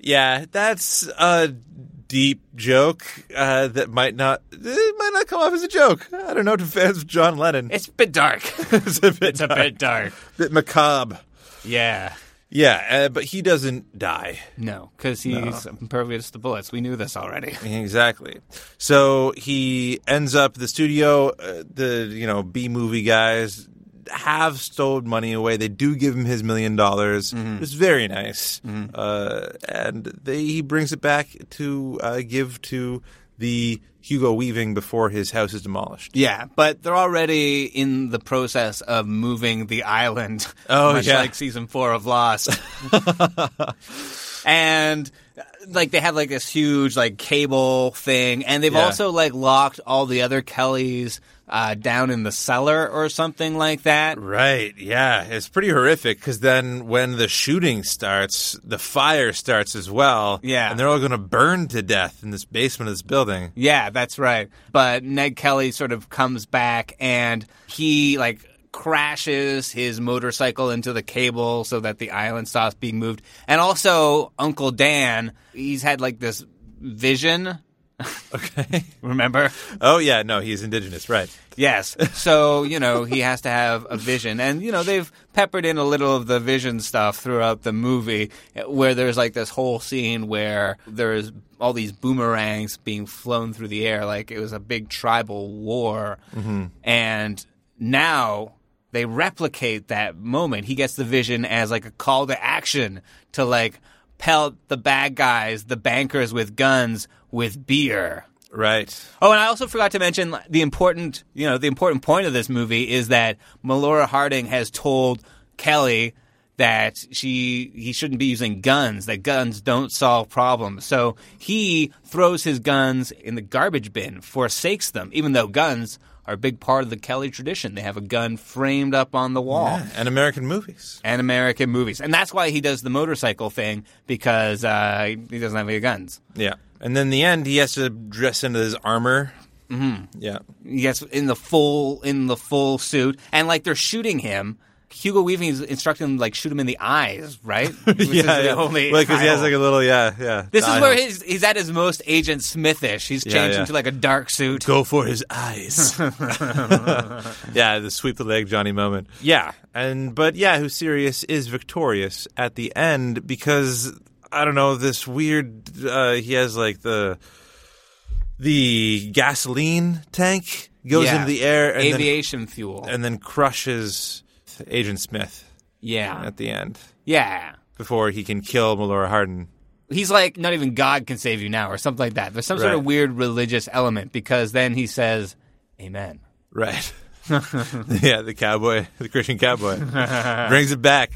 yeah. That's a deep joke uh, that might not it might not come off as a joke. I don't know to fans of John Lennon.
It's a bit dark.
It's a bit,
it's a bit dark.
bit macabre.
Yeah.
Yeah, uh, but he doesn't die.
No, because he's impervious to bullets. We knew this already.
Exactly. So he ends up the studio. Uh, the you know B movie guys have stolen money away. They do give him his million dollars.
Mm-hmm.
It's very nice, uh, and they, he brings it back to uh, give to the Hugo Weaving before his house is demolished.
Yeah, but they're already in the process of moving the island.
Oh,
much
yeah.
like season four of Lost. and uh, like they have like this huge like cable thing, and they've
Yeah.
also like locked all the other Kellys uh, down in the cellar or something like that.
Right. Yeah, it's pretty horrific because then when the shooting starts, the fire starts as well.
Yeah.
and they're all going to burn to death in this basement of this building.
Yeah, that's right. But Ned Kelly sort of comes back and he like crashes his motorcycle into the cable so that the island stops being moved. And also Uncle Dan, he's had like this vision. Okay. Remember?
Oh yeah, no, he's indigenous, right?
Yes. So, you know, he has to have a vision. And, you know, they've peppered in a little of the vision stuff throughout the movie where there's like this whole scene where there's all these boomerangs being flown through the air. Like it was a big tribal war. And now they replicate that moment. He gets the vision as like a call to action to like pelt the bad guys, the bankers with guns, with beer.
Right.
Oh, and I also forgot to mention like, the important, you know, the important point of this movie is that Melora Harding has told Kelly that she he shouldn't be using guns, that guns don't solve problems. So he throws his guns in the garbage bin, forsakes them, even though guns are a big part of the Kelly tradition. They have a gun framed up on the wall
And American movies.
and American movies. And that's why he does the motorcycle thing because uh, he doesn't have any guns.
Yeah. And then in the end, he has to dress into his armor. Mm-hmm. Yeah.
Yes, in the full in the full suit, and like they're shooting him. Hugo Weaving is instructing him to, like shoot him in the eyes, right? Which is the only
Well, because he has
eye
like a
hole.
little, yeah, yeah.
This
eye
is where
hole.
he's, he's at his most Agent Smithish. He's changed
yeah.
into like a dark suit.
go for his eyes. yeah, the sweep the leg Johnny moment. Yeah, and but yeah, who Sirius is victorious at the end because I don't know this weird. Uh, he has like the the gasoline tank goes
Yeah.
into the air and then-
aviation fuel.
and then crushes Agent Smith
yeah,
at the end
yeah.
before he can kill Melora Hardin.
He's like, not even God can save you now, or something like that. There's some sort
Right.
of weird religious element because then he says, "Amen."
Right. yeah, the cowboy, the Christian cowboy, brings it back.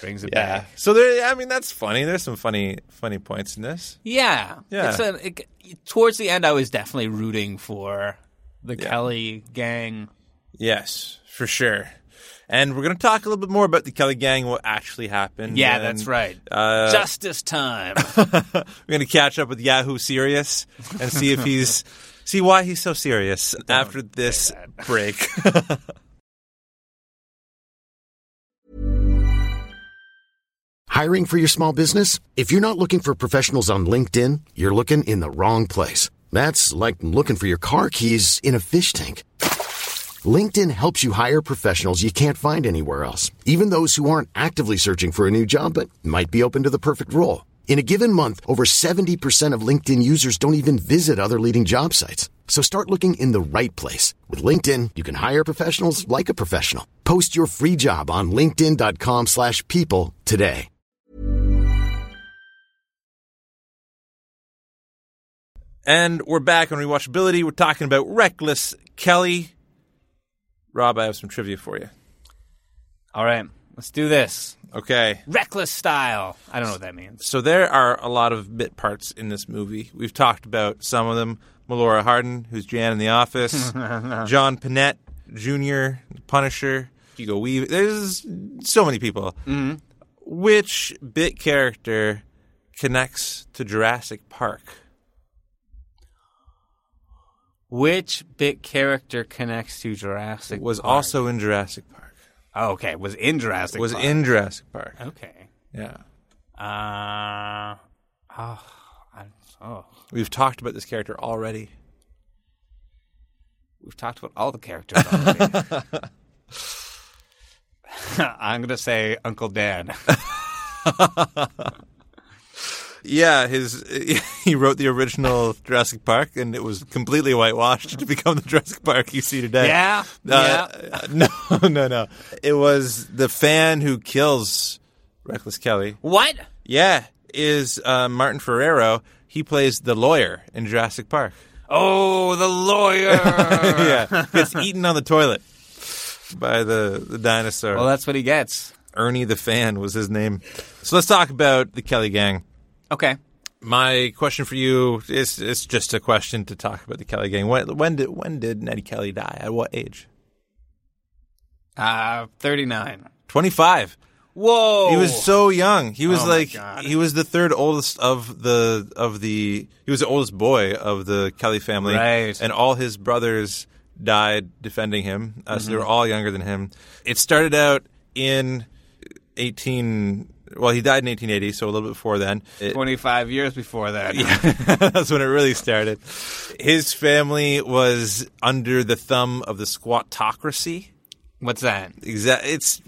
Brings it
Yeah.
back.
So there, I mean, that's funny. There's some funny, funny points in this.
Yeah,
Yeah.
It's a, it, towards the end, I was definitely rooting for the Kelly gang.
Yes, for sure. And we're going to talk a little bit more about the Kelly Gang, what actually happened.
Yeah,
and,
that's right.
Uh,
Justice time.
we're going to catch up with Yahoo Serious and see if he's see why he's so serious after this break.
Hiring for your small business? If you're not looking for professionals on LinkedIn, you're looking in the wrong place. That's like looking for your car keys in a fish tank. LinkedIn helps you hire professionals you can't find anywhere else, even those who aren't actively searching for a new job but might be open to the perfect role. In a given month, over 70% of LinkedIn users don't even visit other leading job sites. So start looking in the right place. With LinkedIn, you can hire professionals like a professional. Post your free job on linkedin.com slash people today.
And we're back on rewatchability. We're talking about Reckless Kelly. Rob, I have some trivia for you.
All right, let's do this.
Okay.
Reckless style. I don't know what that means.
So there are a lot of bit parts in this movie. We've talked about some of them. Melora Hardin, who's Jan in The Office, John Panette Jr., The Punisher, Hugo Weaving. There's so many people.
Mm-hmm.
Which bit character connects to Jurassic Park?
Which bit character connects to Jurassic?
Was
Park?
also in Jurassic Park.
oh, okay. Was in Jurassic.
Was
Park. Oh.
in Jurassic Park.
okay.
Yeah.
Uh, oh, I, oh,
We've talked about this character already.
we've talked about all the characters. Already. I'm gonna say Uncle Dan.
Yeah, his he wrote the original Jurassic Park, and it was completely whitewashed to become the Jurassic Park you see today.
Yeah,
Uh, No, no, no. It was the fan who kills Reckless Kelly.
What?
Yeah, is uh, Martin Ferrero. He plays the lawyer in Jurassic Park.
Oh, the lawyer.
yeah, gets eaten on the toilet by the the dinosaur.
well, that's what he gets.
Ernie the fan was his name. So let's talk about the Kelly gang.
Okay.
My question for you is it's just a question to talk about the Kelly gang. When, when did when did Nettie Kelly die? At what age?
Uh, 39.
Twenty five.
Whoa.
He was so young. He was
Oh my
like
God.
he was the third oldest of the of the he was the oldest boy of the Kelly family.
Right.
And all his brothers died defending him. Uh, So they were
Mm-hmm.
all younger than him. It started out in 18 well, he died in 1880, so a little bit before then. It-
25 years before that.
That's when it really started. His family was under the thumb of the squatocracy.
What's that?
Exact. It's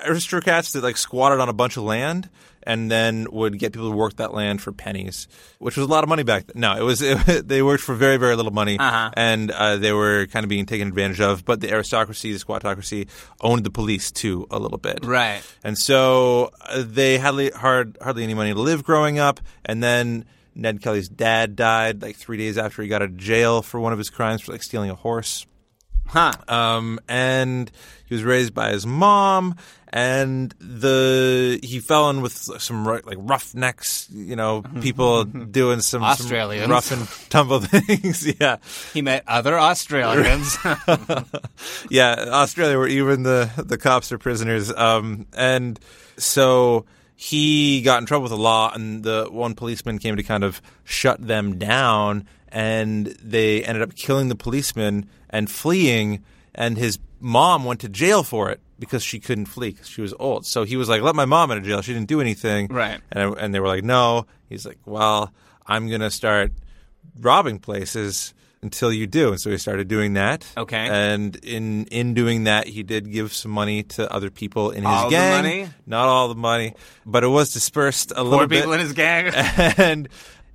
aristocrats that like squatted on a bunch of land and then would get people to work that land for pennies, which was a lot of money back then. No, it was they worked for very very little money, and uh, they were kind of being taken advantage of. But the aristocracy, the squatocracy, owned the police too a little bit,
Right.
and so uh, they had li- hard, hardly any money to live growing up. And then Ned Kelly's dad died like three days after he got out of jail for one of his crimes for like stealing a horse.
Huh.
Um, and he was raised by his mom. And the he fell in with some ru- like roughnecks, you know, people doing some,
Australians.
some rough and tumble things. yeah,
He met other Australians.
yeah, Australia, where even the the cops are prisoners. Um, and so he got in trouble with the law, and the one policeman came to kind of shut them down, and they ended up killing the policeman and fleeing. And his mom went to jail for it because she couldn't flee because she was old. So he was like, "Let my mom out of jail. She didn't do anything."
Right.
And I, and they were like, "No." He's like, "Well, I'm gonna start robbing places." Until you do, and so he started doing that.
Okay.
And in in doing that, he did give some money to other people in his
All the
gang.
money?
Not all the money, but it was dispersed a
Four
little bit.
people in his gang.
and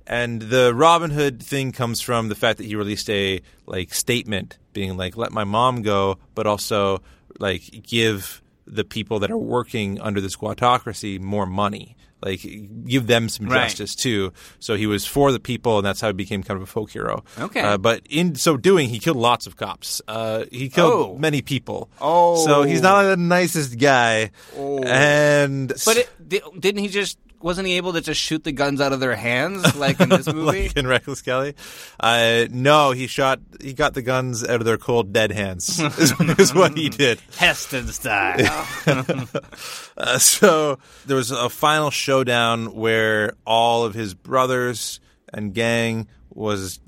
and the Robin Hood thing comes from the fact that he released a like statement being like, "Let my mom go," but also like give the people that are working under the squatocracy more money. Like give them some
Right.
justice too. So he was for the people, and that's how he became kind of a folk hero.
Okay.
Uh, but in so doing, he killed lots of cops. Uh, he killed
Oh.
many people.
Oh.
so he's not the nicest guy. And
but it, di- didn't he just. Wasn't he able to just shoot the guns out of their hands like in this movie?
like in Reckless Kelly. Uh, no, he shot. He got the guns out of their cold, dead hands. is, is what he did.
Heston style.
Uh, so there was a final showdown where all of his brothers and gang was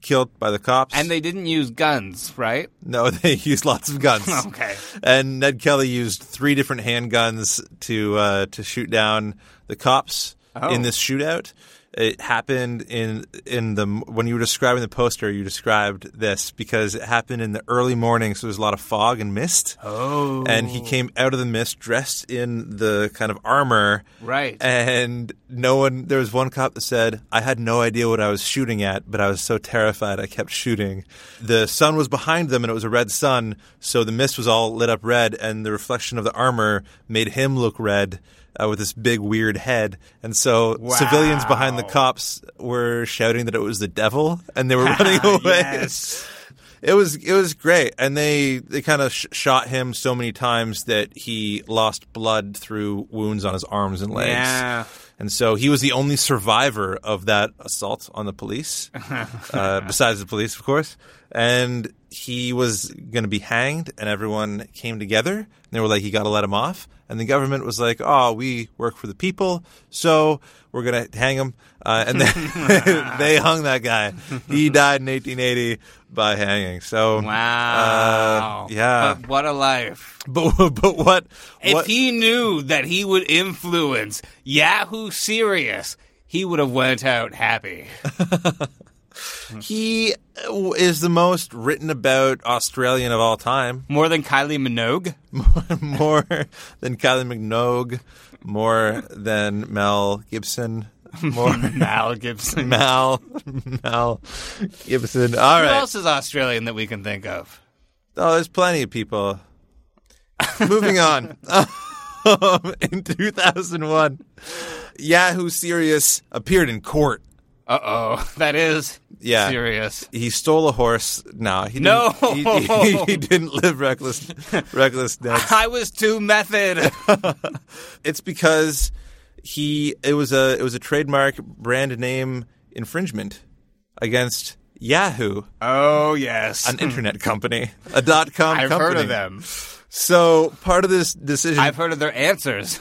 killed by the cops.
and they didn't use guns, right?
no, they used lots of guns.
Okay.
And Ned Kelly used three different handguns to uh, to shoot down the cops in this shootout. it happened in in the when you were describing the poster, you described this because it happened in the early morning, so there's a lot of fog and mist. Oh, and he came out of the mist dressed in the kind of armor,
Right.
And no one. There was one cop that said, "I had no idea what I was shooting at, but I was so terrified I kept shooting." The sun was behind them, and it was a red sun, so the mist was all lit up red, and the reflection of the armor made him look red. Uh, with this big weird head, and so civilians behind the cops were shouting that it was the devil, and they were running away.
Yes.
It was it was great, and they they kind of sh- shot him so many times that he lost blood through wounds on his arms and legs.
Yeah.
And so he was the only survivor of that assault on the police, uh, besides the police, of course. And he was going to be hanged, and everyone came together. And they were like, you got to let him off. And the government was like, oh, we work for the people, so we're going to hang him. Uh, and then they hung that guy. He died in 1880 by hanging. So,
Wow.
Uh, yeah.
But Ah, what a life.
But, but what?
If
what-
he knew that he would influence Yahoo Serious, he would have went out happy.
He is the most written about Australian of all time.
More than Kylie Minogue?
More than Kylie Minogue, more than Mel Gibson, more
Mal Gibson.
Mal Mel Gibson. All
Who
right.
else is Australian that we can think of?
Oh, there's plenty of people. Moving on. Um, in 2001, Yahoo Serious appeared in court.
Uh oh. That is
Yeah.
serious.
He stole a horse. No, he
No.
didn't, he, he- he didn't live reckless, reckless death.
I was too method.
it's because he it was a it was a trademark brand name infringement against Yahoo,
oh, yes.
an internet company, a dot com
I've
company.
heard of them.
So part of this decision
I've heard of their answers.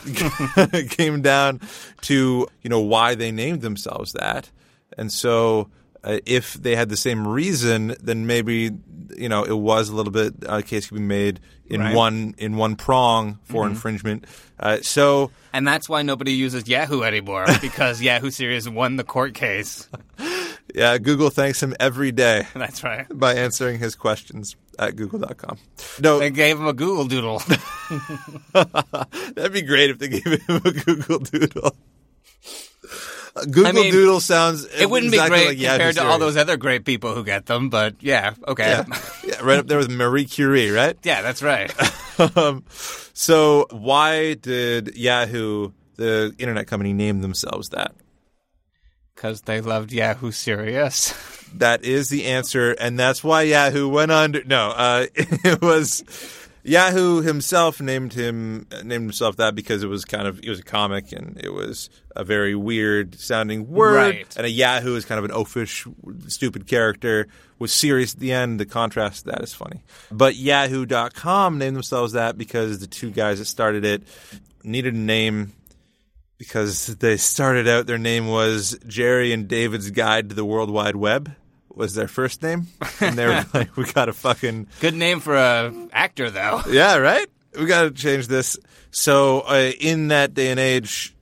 came down to you know why they named themselves that, and so. Uh, if they had the same reason, then maybe you know it was a little bit a case could be made in
Right. Mm-hmm.
one in one prong for infringement. Uh, so
And that's why nobody uses Yahoo anymore because Yahoo Serious won the court case.
yeah, Google thanks him every day.
That's right.
by answering his questions at google.com. No,
They gave him a Google Doodle.
that'd be great if they gave him a Google Doodle. A Google
mean,
Doodle sounds
It wouldn't
exactly
be great
like Yahoo
compared to all
Serious.
those other great people who get them, but yeah, okay.
Yeah. yeah, right up there with Marie Curie, right?
yeah that's right.
Um, so why did Yahoo, the internet company, name themselves that?
Because they loved Yahoo Serious.
That is the answer, and that's why Yahoo went under. No, uh, it was Yahoo himself named him named himself that because it was kind of it was a comic and it was a very weird sounding word.
Right.
And a Yahoo is kind of an oafish, stupid character. Was serious at the end. The contrast to that is funny. But Yahoo.com named themselves that because the two guys that started it needed a name because they started out their name was Jerry and David's Guide to the World Wide Web was their first name, and they were like, "We gotta fucking
Good name for a actor, though.
yeah, right? We gotta change this." So uh, in that day and age,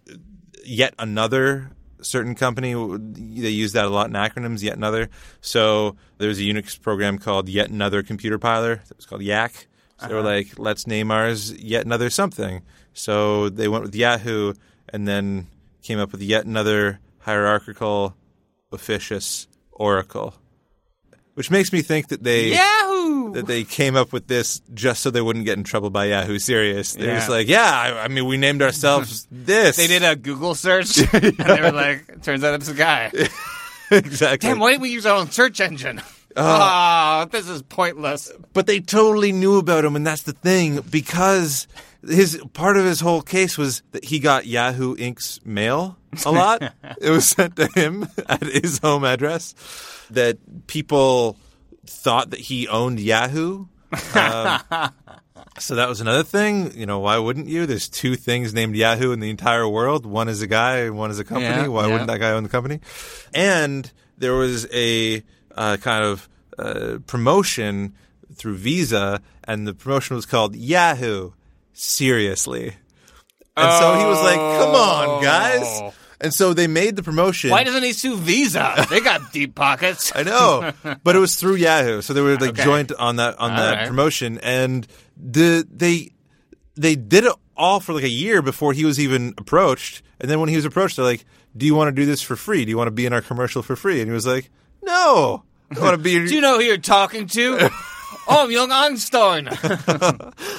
yet another certain company they use that a lot in acronyms. Yet another. So there was a Unix program called Yet Another Computer Piler that was called Yak. So they were like, "Let's name ours Yet Another Something." So they went with Yahoo, and then came up with yet another hierarchical, officious oracle, which makes me think that they
Yahoo!
that they came up with this just so they wouldn't get in trouble by Yahoo Serious. They're
Yeah.
just like, yeah, I, I mean, we named ourselves this.
They did a Google search, and they were like, turns out it's a guy.
exactly.
Damn, why didn't we use our own search engine? Oh, this is pointless.
But they totally knew about him, and that's the thing because his part of his whole case was that he got Yahoo Inc.'s mail a lot. it was sent to him at his home address. That people thought that he owned Yahoo. Um, so that was another thing. You know, why wouldn't you? There's two things named Yahoo in the entire world. One is a guy, and one is a company.
Yeah,
why
yeah.
wouldn't that guy own the company? And there was a uh, kind of uh, promotion through Visa, and the promotion was called Yahoo. Seriously. And so he was like, come on, guys. And so they made the promotion.
Oh. Why doesn't he sue Visa? They got deep pockets.
I know, but it was through Yahoo, so they were like
Okay.
joint on that on that
right.
promotion, and the they they did it all for like a year before he was even approached, and then when he was approached, they're like, "Do you want to do this for free? Do you want to be in our commercial for free?" And he was like, "No, I want to be.
Do you know who you're talking to? oh, I'm Young Einstein.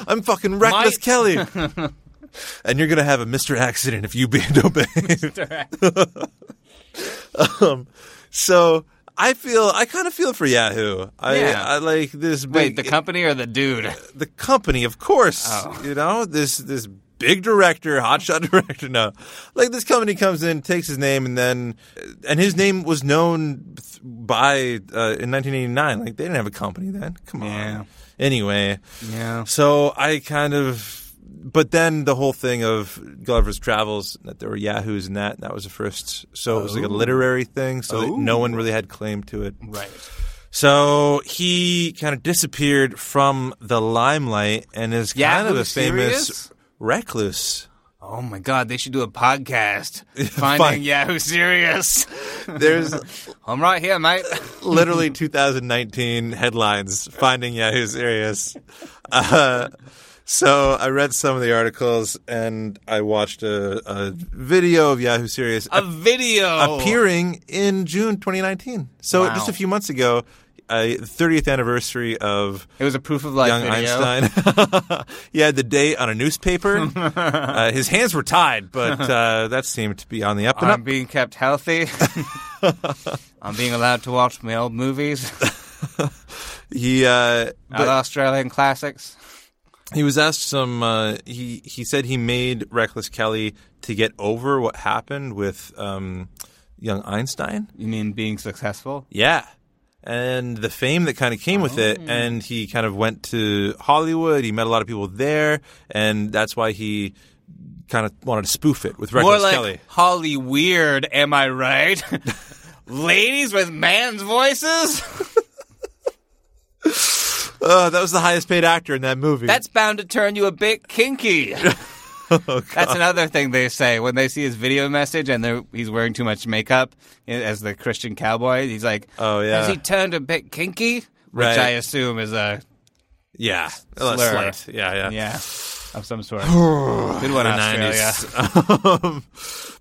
I'm fucking reckless,
My-
Kelly." and you're gonna have a Mister Accident if you be obeyed. um, so. I feel I kind of feel for Yahoo. I,
Yeah.
I like this.
Wait,
Big,
the company or the dude?
the company, of course.
Oh.
You know this this big director, hotshot director. No, like this company comes in, takes his name, and then and his name was known th- by uh, in 1989. Like they didn't have a company then. Come on.
Yeah.
Anyway.
Yeah.
So I kind of. But then the whole thing of Gulliver's Travels, that there were Yahoos and that, and that was the first. So it was like a literary thing, so that no one really had claim to it.
Oh. Right.
So he kind of disappeared from the limelight and is kind of
Yahoo
a famous
Serious?
recluse.
Oh my God, they should do a podcast. Finding
Fine.
Yahoo Serious.
There's
I'm right here, mate.
literally 2019 headlines finding Yahoo Serious. Uh, so I read some of the articles and I watched a, a video of Yahoo Serious
A video.
appearing in June 2019. So
Wow.
just a few months ago, uh, 30th anniversary of
It was a proof of life
Young
video.
Einstein. he had the day on a newspaper. uh, his hands were tied, but uh, that seemed to be on the up and up.
I'm being kept healthy. I'm being allowed to watch my old movies,
he uh,
other
but
Australian classics.
he was asked some. Uh, he he said he made Reckless Kelly to get over what happened with um, young Einstein.
You mean being successful?
Yeah. And the fame that kind of came with
Oh.
it. And he kind of went to Hollywood. He met a lot of people there. And that's why he kind of wanted to spoof it with Reckless
More like
Kelly.
Holly Weird, am I right? Ladies with man's voices?
Oh, that was the highest paid actor in that movie.
That's bound to turn you a bit kinky. Oh, That's another thing they say when they see his video message and they're- he's wearing too much makeup i- as the Christian cowboy. He's like,
Oh, yeah.
Has he turned a bit kinky? Which
Right.
I assume is a
yeah.
slur.
Slight. Yeah, yeah.
yeah of some sort. Good one,
The
Australia.
90s. Um,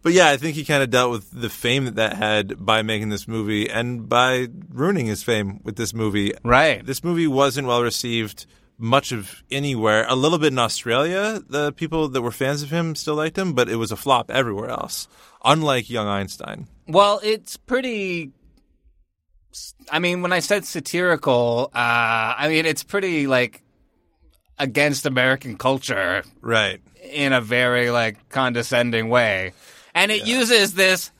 but yeah, I think he kind of dealt with the fame that that had by making this movie and by ruining his fame with this movie.
Right.
This movie wasn't well received much of anywhere. A little bit in Australia, the people that were fans of him still liked him, but it was a flop everywhere else. Unlike Young Einstein.
Well, it's pretty. I mean, when I said satirical, uh, I mean it's pretty like against American culture
Right.
in a very like condescending way, and it uses this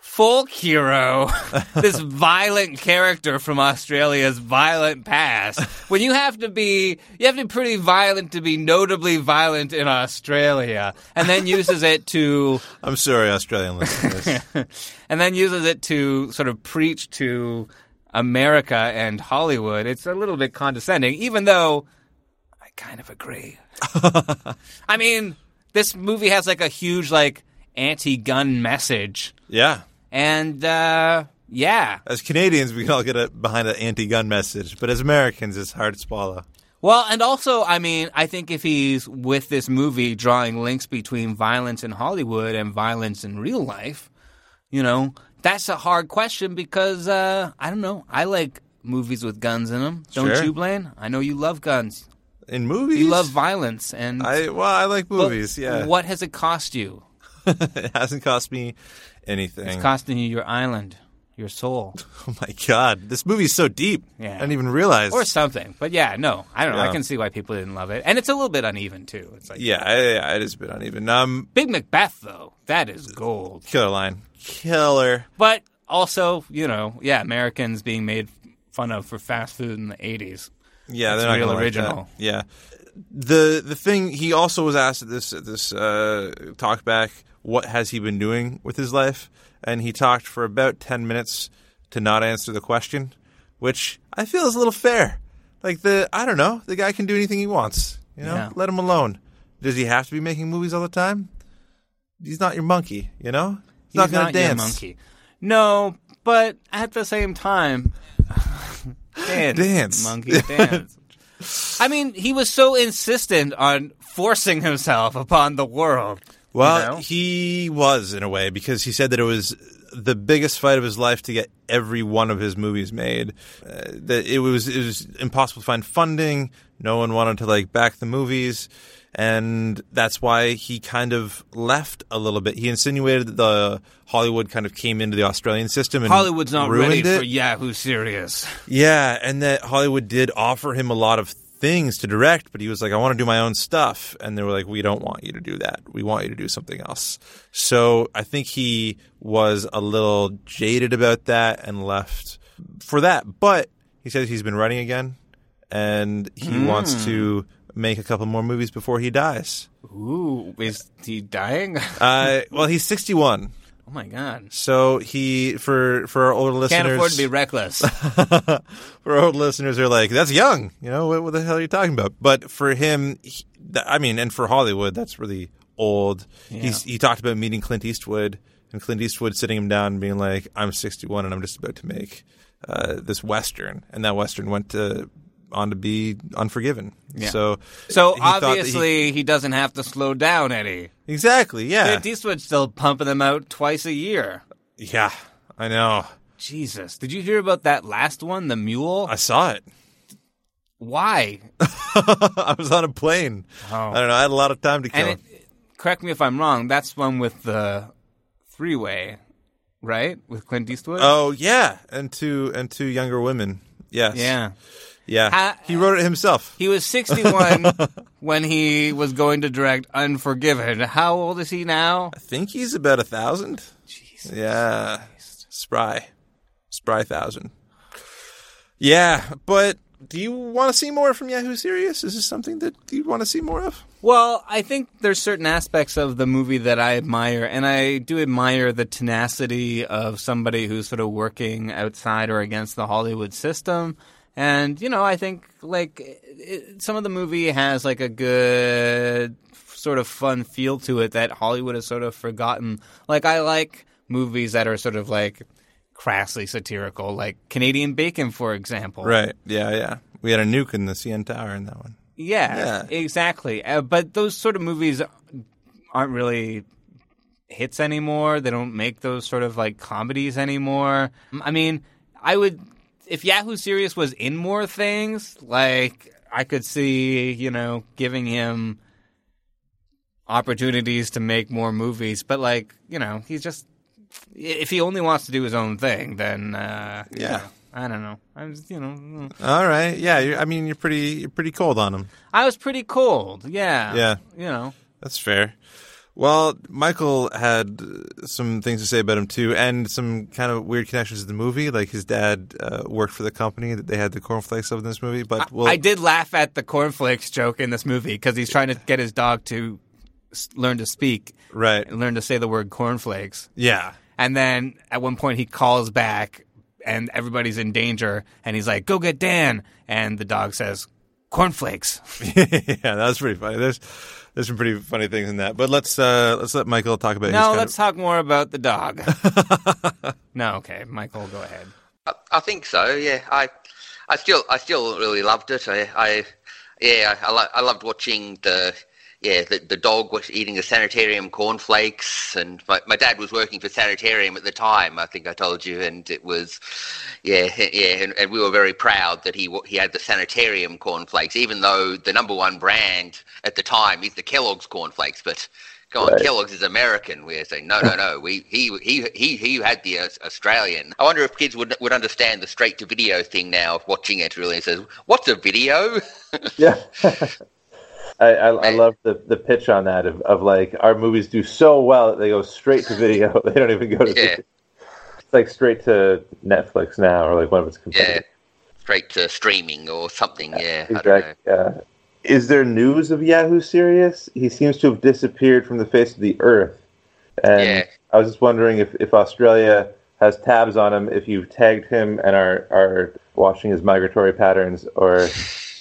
folk hero, this violent character from Australia's violent past. When you have to be, you have to be pretty violent to be notably violent in Australia, and then uses it to
I'm sorry, Australian listeners.
and then uses it to sort of preach to America and Hollywood. It's a little bit condescending, even though I kind of agree. I mean, this movie has like a huge like anti-gun message,
yeah.
and uh, yeah.
As Canadians, we can all get a, behind an anti-gun message, but as Americans, it's hard to swallow.
Well, and also, I mean, I think if he's with this movie drawing links between violence in Hollywood and violence in real life, you know, that's a hard question because uh, I don't know. I like movies with guns in them. Don't
Sure.
you, Blaine? I know you love guns.
In movies,
You love violence, and
I well, I like
But
movies. yeah,
What has it cost you?
it hasn't cost me anything.
It's costing you your island, your soul,
oh my god, this movie's so deep.
Yeah.
I didn't even realize.
or something. But yeah, no, I don't know.
Yeah.
I can see why people didn't love it, and it's a little bit uneven too. It's like
yeah, I, I, it has been uneven. Um,
Big Macbeth, though. That is gold.
killer line, killer.
But also, you know, yeah, Americans being made fun of for fast food in the 80s.
Yeah,
That's
they're not
real
gonna like
original.
that. yeah, the the thing he also was asked at this at this uh, talk back, what has he been doing with his life? And he talked for about ten minutes to not answer the question, which I feel is a little fair. Like the I don't know, the guy can do anything he wants. You know,
Yeah.
let him alone. Does he have to be making movies all the time? He's not your monkey. You know, he not
He's
gonna
your
dance.
monkey. No, but at the same time, dance,
Dance.
monkey, dance. I mean, he was so insistent on forcing himself upon the world.
Well,
you know?
he was in a way because he said that it was the biggest fight of his life to get every one of his movies made. Uh, that it was it was impossible to find funding. No one wanted to like back the movies, and that's why he kind of left a little bit. He insinuated that the Hollywood kind of came into the Australian system and
Hollywood's not
ruined
ready
it.
for Yahoo Serious.
Yeah, and that Hollywood did offer him a lot of things to direct, but he was like, I want to do my own stuff. And they were like, We don't want you to do that. We want you to do something else. So I think he was a little jaded about that and left for that. But he says he's been writing again and he
Hmm.
wants to make a couple more movies before he dies.
Ooh, is he dying? oh
Uh, well, he's 61.
my god.
So he, for, for our older listeners,
Can't afford to be reckless.
for old listeners are like, that's young. You know, what, what the hell are you talking about? But for him, he, th- I mean, and for Hollywood, that's really old. He's, he talked about meeting Clint Eastwood and Clint Eastwood sitting him down and being like, I'm 61 and I'm just about to make uh, this Western. And that Western went to, on to be Unforgiven. So,
So
he thought that he-
obviously he, doesn't have to slow down any.
exactly. Yeah.
Clint Eastwood's still pumping them out twice a year.
yeah. I know.
Jesus. Did you hear about that last one, the mule?
I saw it.
Why?
I was on a plane. I don't know. I had a lot of time to kill.
Oh. And it, correct me if I'm wrong, that's one with the three way, right? With Clint Eastwood?
Oh yeah, and two and two younger women. Yes.
Yeah.
Yeah.
Ha-
he wrote it himself.
He was 61 when he was going to direct Unforgiven. How old is he now?
I think he's about a thousand. Jesus. Yeah. Spry. Spry thousand. Yeah, but do you want to see more from Yahoo Serious? Is this something that you want to see more of?
Well, I think there's certain aspects of the movie that I admire, and I do admire the tenacity of somebody who's sort of working outside or against the Hollywood system. And you know, I think like it, it- some of the movie has like a good sort of fun feel to it that Hollywood has sort of forgotten. Like I like movies that are sort of like crassly satirical, like Canadian Bacon, for example.
Right. Yeah, yeah. We had a nuke in the CN Tower in that one.
Yeah,
Yeah.
exactly. Uh, but those sort of movies aren't really hits anymore. They don't make those sort of like comedies anymore. Mm, I mean, I would if Yahoo Serious was in more things, like I could see, you know, giving him opportunities to make more movies, but like, you know, he's just if he only wants to do his own thing, then uh you
Yeah.
know, I don't know. I'm just, you know, mm.
All right. Yeah, you're, I mean you're pretty you're pretty cold on him.
I was pretty cold. Yeah.
Yeah.
You know.
That's fair. Well, Michael had uh, some things to say about him too, and some kind of weird connections to the movie. Like his dad uh, worked for the company that they had the cornflakes of in this movie. But we'll,
I did laugh at the cornflakes joke in this movie because he's trying to get his dog to s- learn to speak,
Right.
and learn to say the word cornflakes.
Yeah.
And then at one point he calls back, and everybody's in danger, and he's like, "Go get Dan," and the dog says, "Cornflakes."
yeah, that was pretty funny. There's there's some pretty funny things in that. But let's uh, let's let Michael talk about. his
No,
kind
let's
of,
talk more about the dog. no, okay, Michael, go ahead.
I, I think so. Yeah, I, I still, I still really loved it. I, I yeah, I, I, lo- I loved watching the, yeah, the, the dog was eating the sanitarium cornflakes, and my, my dad was working for sanitarium at the time. I think I told you, and it was, yeah, yeah, and, and we were very proud that he wa- he had the sanitarium cornflakes, even though the number one brand at the time is the Kellogg's cornflakes, but. Go on, Kellogg's is American. We're saying no, no, no. We he he he he had the uh, Australian. I wonder if kids would would understand the straight to video thing now of watching it. Really, it says what's a video?
Yeah. I, I, I love the, the pitch on that of, of like our movies do so well that they go straight to video. they don't even go to
Yeah.
it's like straight to Netflix now or like one of its
Yeah,
competitors.
straight to streaming or something. Yeah, I don't know.
exactly. Yeah. uh, Is there news of Yahoo Serious? He seems to have disappeared from the face of the earth. And
Yeah.
I was just wondering if, if Australia has tabs on him, if you've tagged him and are, are watching his migratory patterns or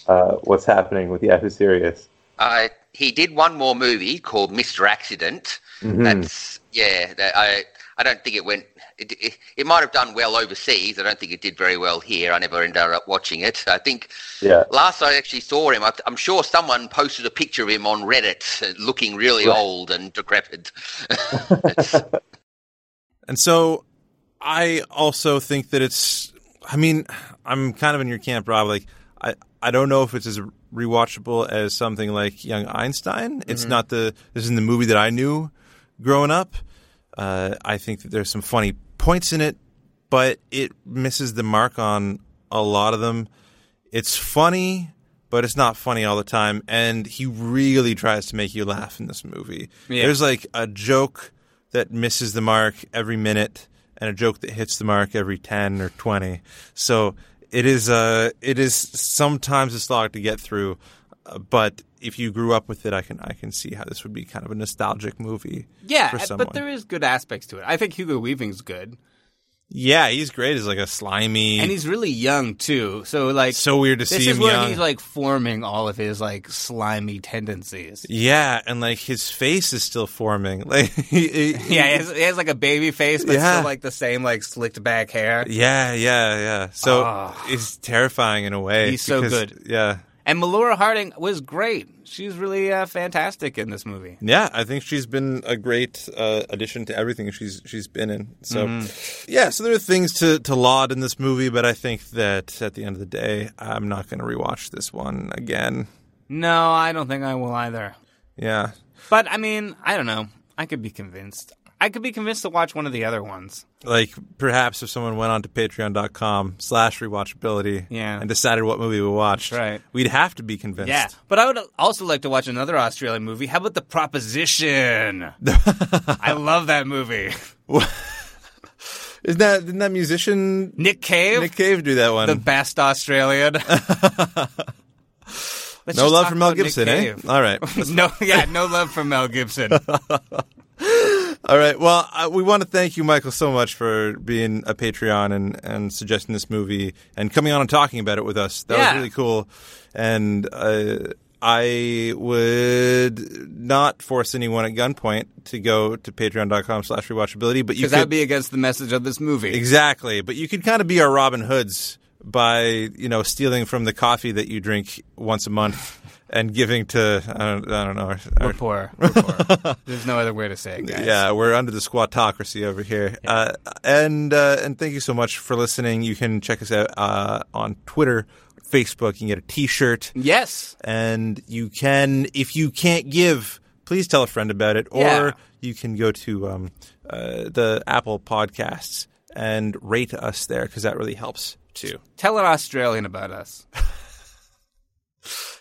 uh, what's happening with Yahoo Serious.
I he did one more movie called Mr. Accident. That's yeah. That I I don't think it went. It, it, it might have done well overseas. I don't think it did very well here. I never ended up watching it. I think
Yeah.
last I actually saw him, I, I'm sure someone posted a picture of him on Reddit, uh, looking really
Right.
old and decrepit.
And so I also think that it's I mean, I'm kind of in your camp, Rob. Like I, I don't know if it's as rewatchable as something like Young Einstein. It's
Mhm.
not the this isn't the movie that I knew growing up. Uh, I think that there's some funny points in it, but it misses the mark on a lot of them. It's funny, but it's not funny all the time. And he really tries to make you laugh in this movie.
Yeah.
There's like a joke that misses the mark every minute and a joke that hits the mark every 10 or 20. So it is uh, it is sometimes a slog to get through, uh, but if you grew up with it, I can I can see how this would be kind of a nostalgic movie.
Yeah,
for someone.
but there is good aspects to it. I think Hugo Weaving's good,
yeah, he's great as like a slimy
and he's really young too. So like,
so weird to
this
see
is
him
where
young.
he's like forming all of his like slimy tendencies.
yeah, and like his face is still forming. Like he- he-
Yeah, he has, he has like a baby face, but
Yeah.
still like the same like slicked back hair.
Yeah, yeah, yeah. So
Ah.
it's terrifying in a way.
He's so
because-
good.
Yeah.
And Melora Harding was great. She's really uh, fantastic in this movie.
Yeah, I think she's been a great uh, addition to everything she's she's been in. So,
Mm-hmm.
yeah, so there are things to, to laud in this movie, but I think that at the end of the day, I'm not going to rewatch this one again.
No, I don't think I will either.
Yeah,
But I mean, I don't know. I could be convinced. I could be convinced to watch one of the other ones.
like perhaps if someone went on to patreon.com slash rewatchability
Yeah.
and decided what movie we watched,
right.
we'd have to be convinced.
Yeah, but I would also like to watch another Australian movie. How about The Proposition? I love that movie.
Isn't that, didn't that musician
Nick Cave,
Nick Cave do that one?
the best Australian. Let's
no
just
love
talk
for Mel
about Nick
Gibson, eh?
Cave.
All right.
no, yeah, no love for Mel Gibson.
All right. Well, uh, we want to thank you, Michael, so much for being a Patreon and, and suggesting this movie and coming on and talking about it with us. That
Yeah.
was really cool. And uh, I would not force anyone at gunpoint to go to patreon.com slash rewatchability, but you
Because that'd
could.
be against the message of this movie.
exactly. But you could kind of be our Robin Hoods by, you know, stealing from the coffee that you drink once a month and giving to, I don't, I don't know, our- our
We're poor. We're poor. There's no other way to say it, guys.
Yeah, we're under the squatocracy over here. Uh, and uh, and thank you so much for listening. You can check us out uh, on Twitter, Facebook. You can get a T-shirt,
Yes.
and you can if you can't give, please tell a friend about it, or
Yeah.
you can go to um, uh, the Apple Podcasts and rate us there because that really helps too.
Tell an Australian about us.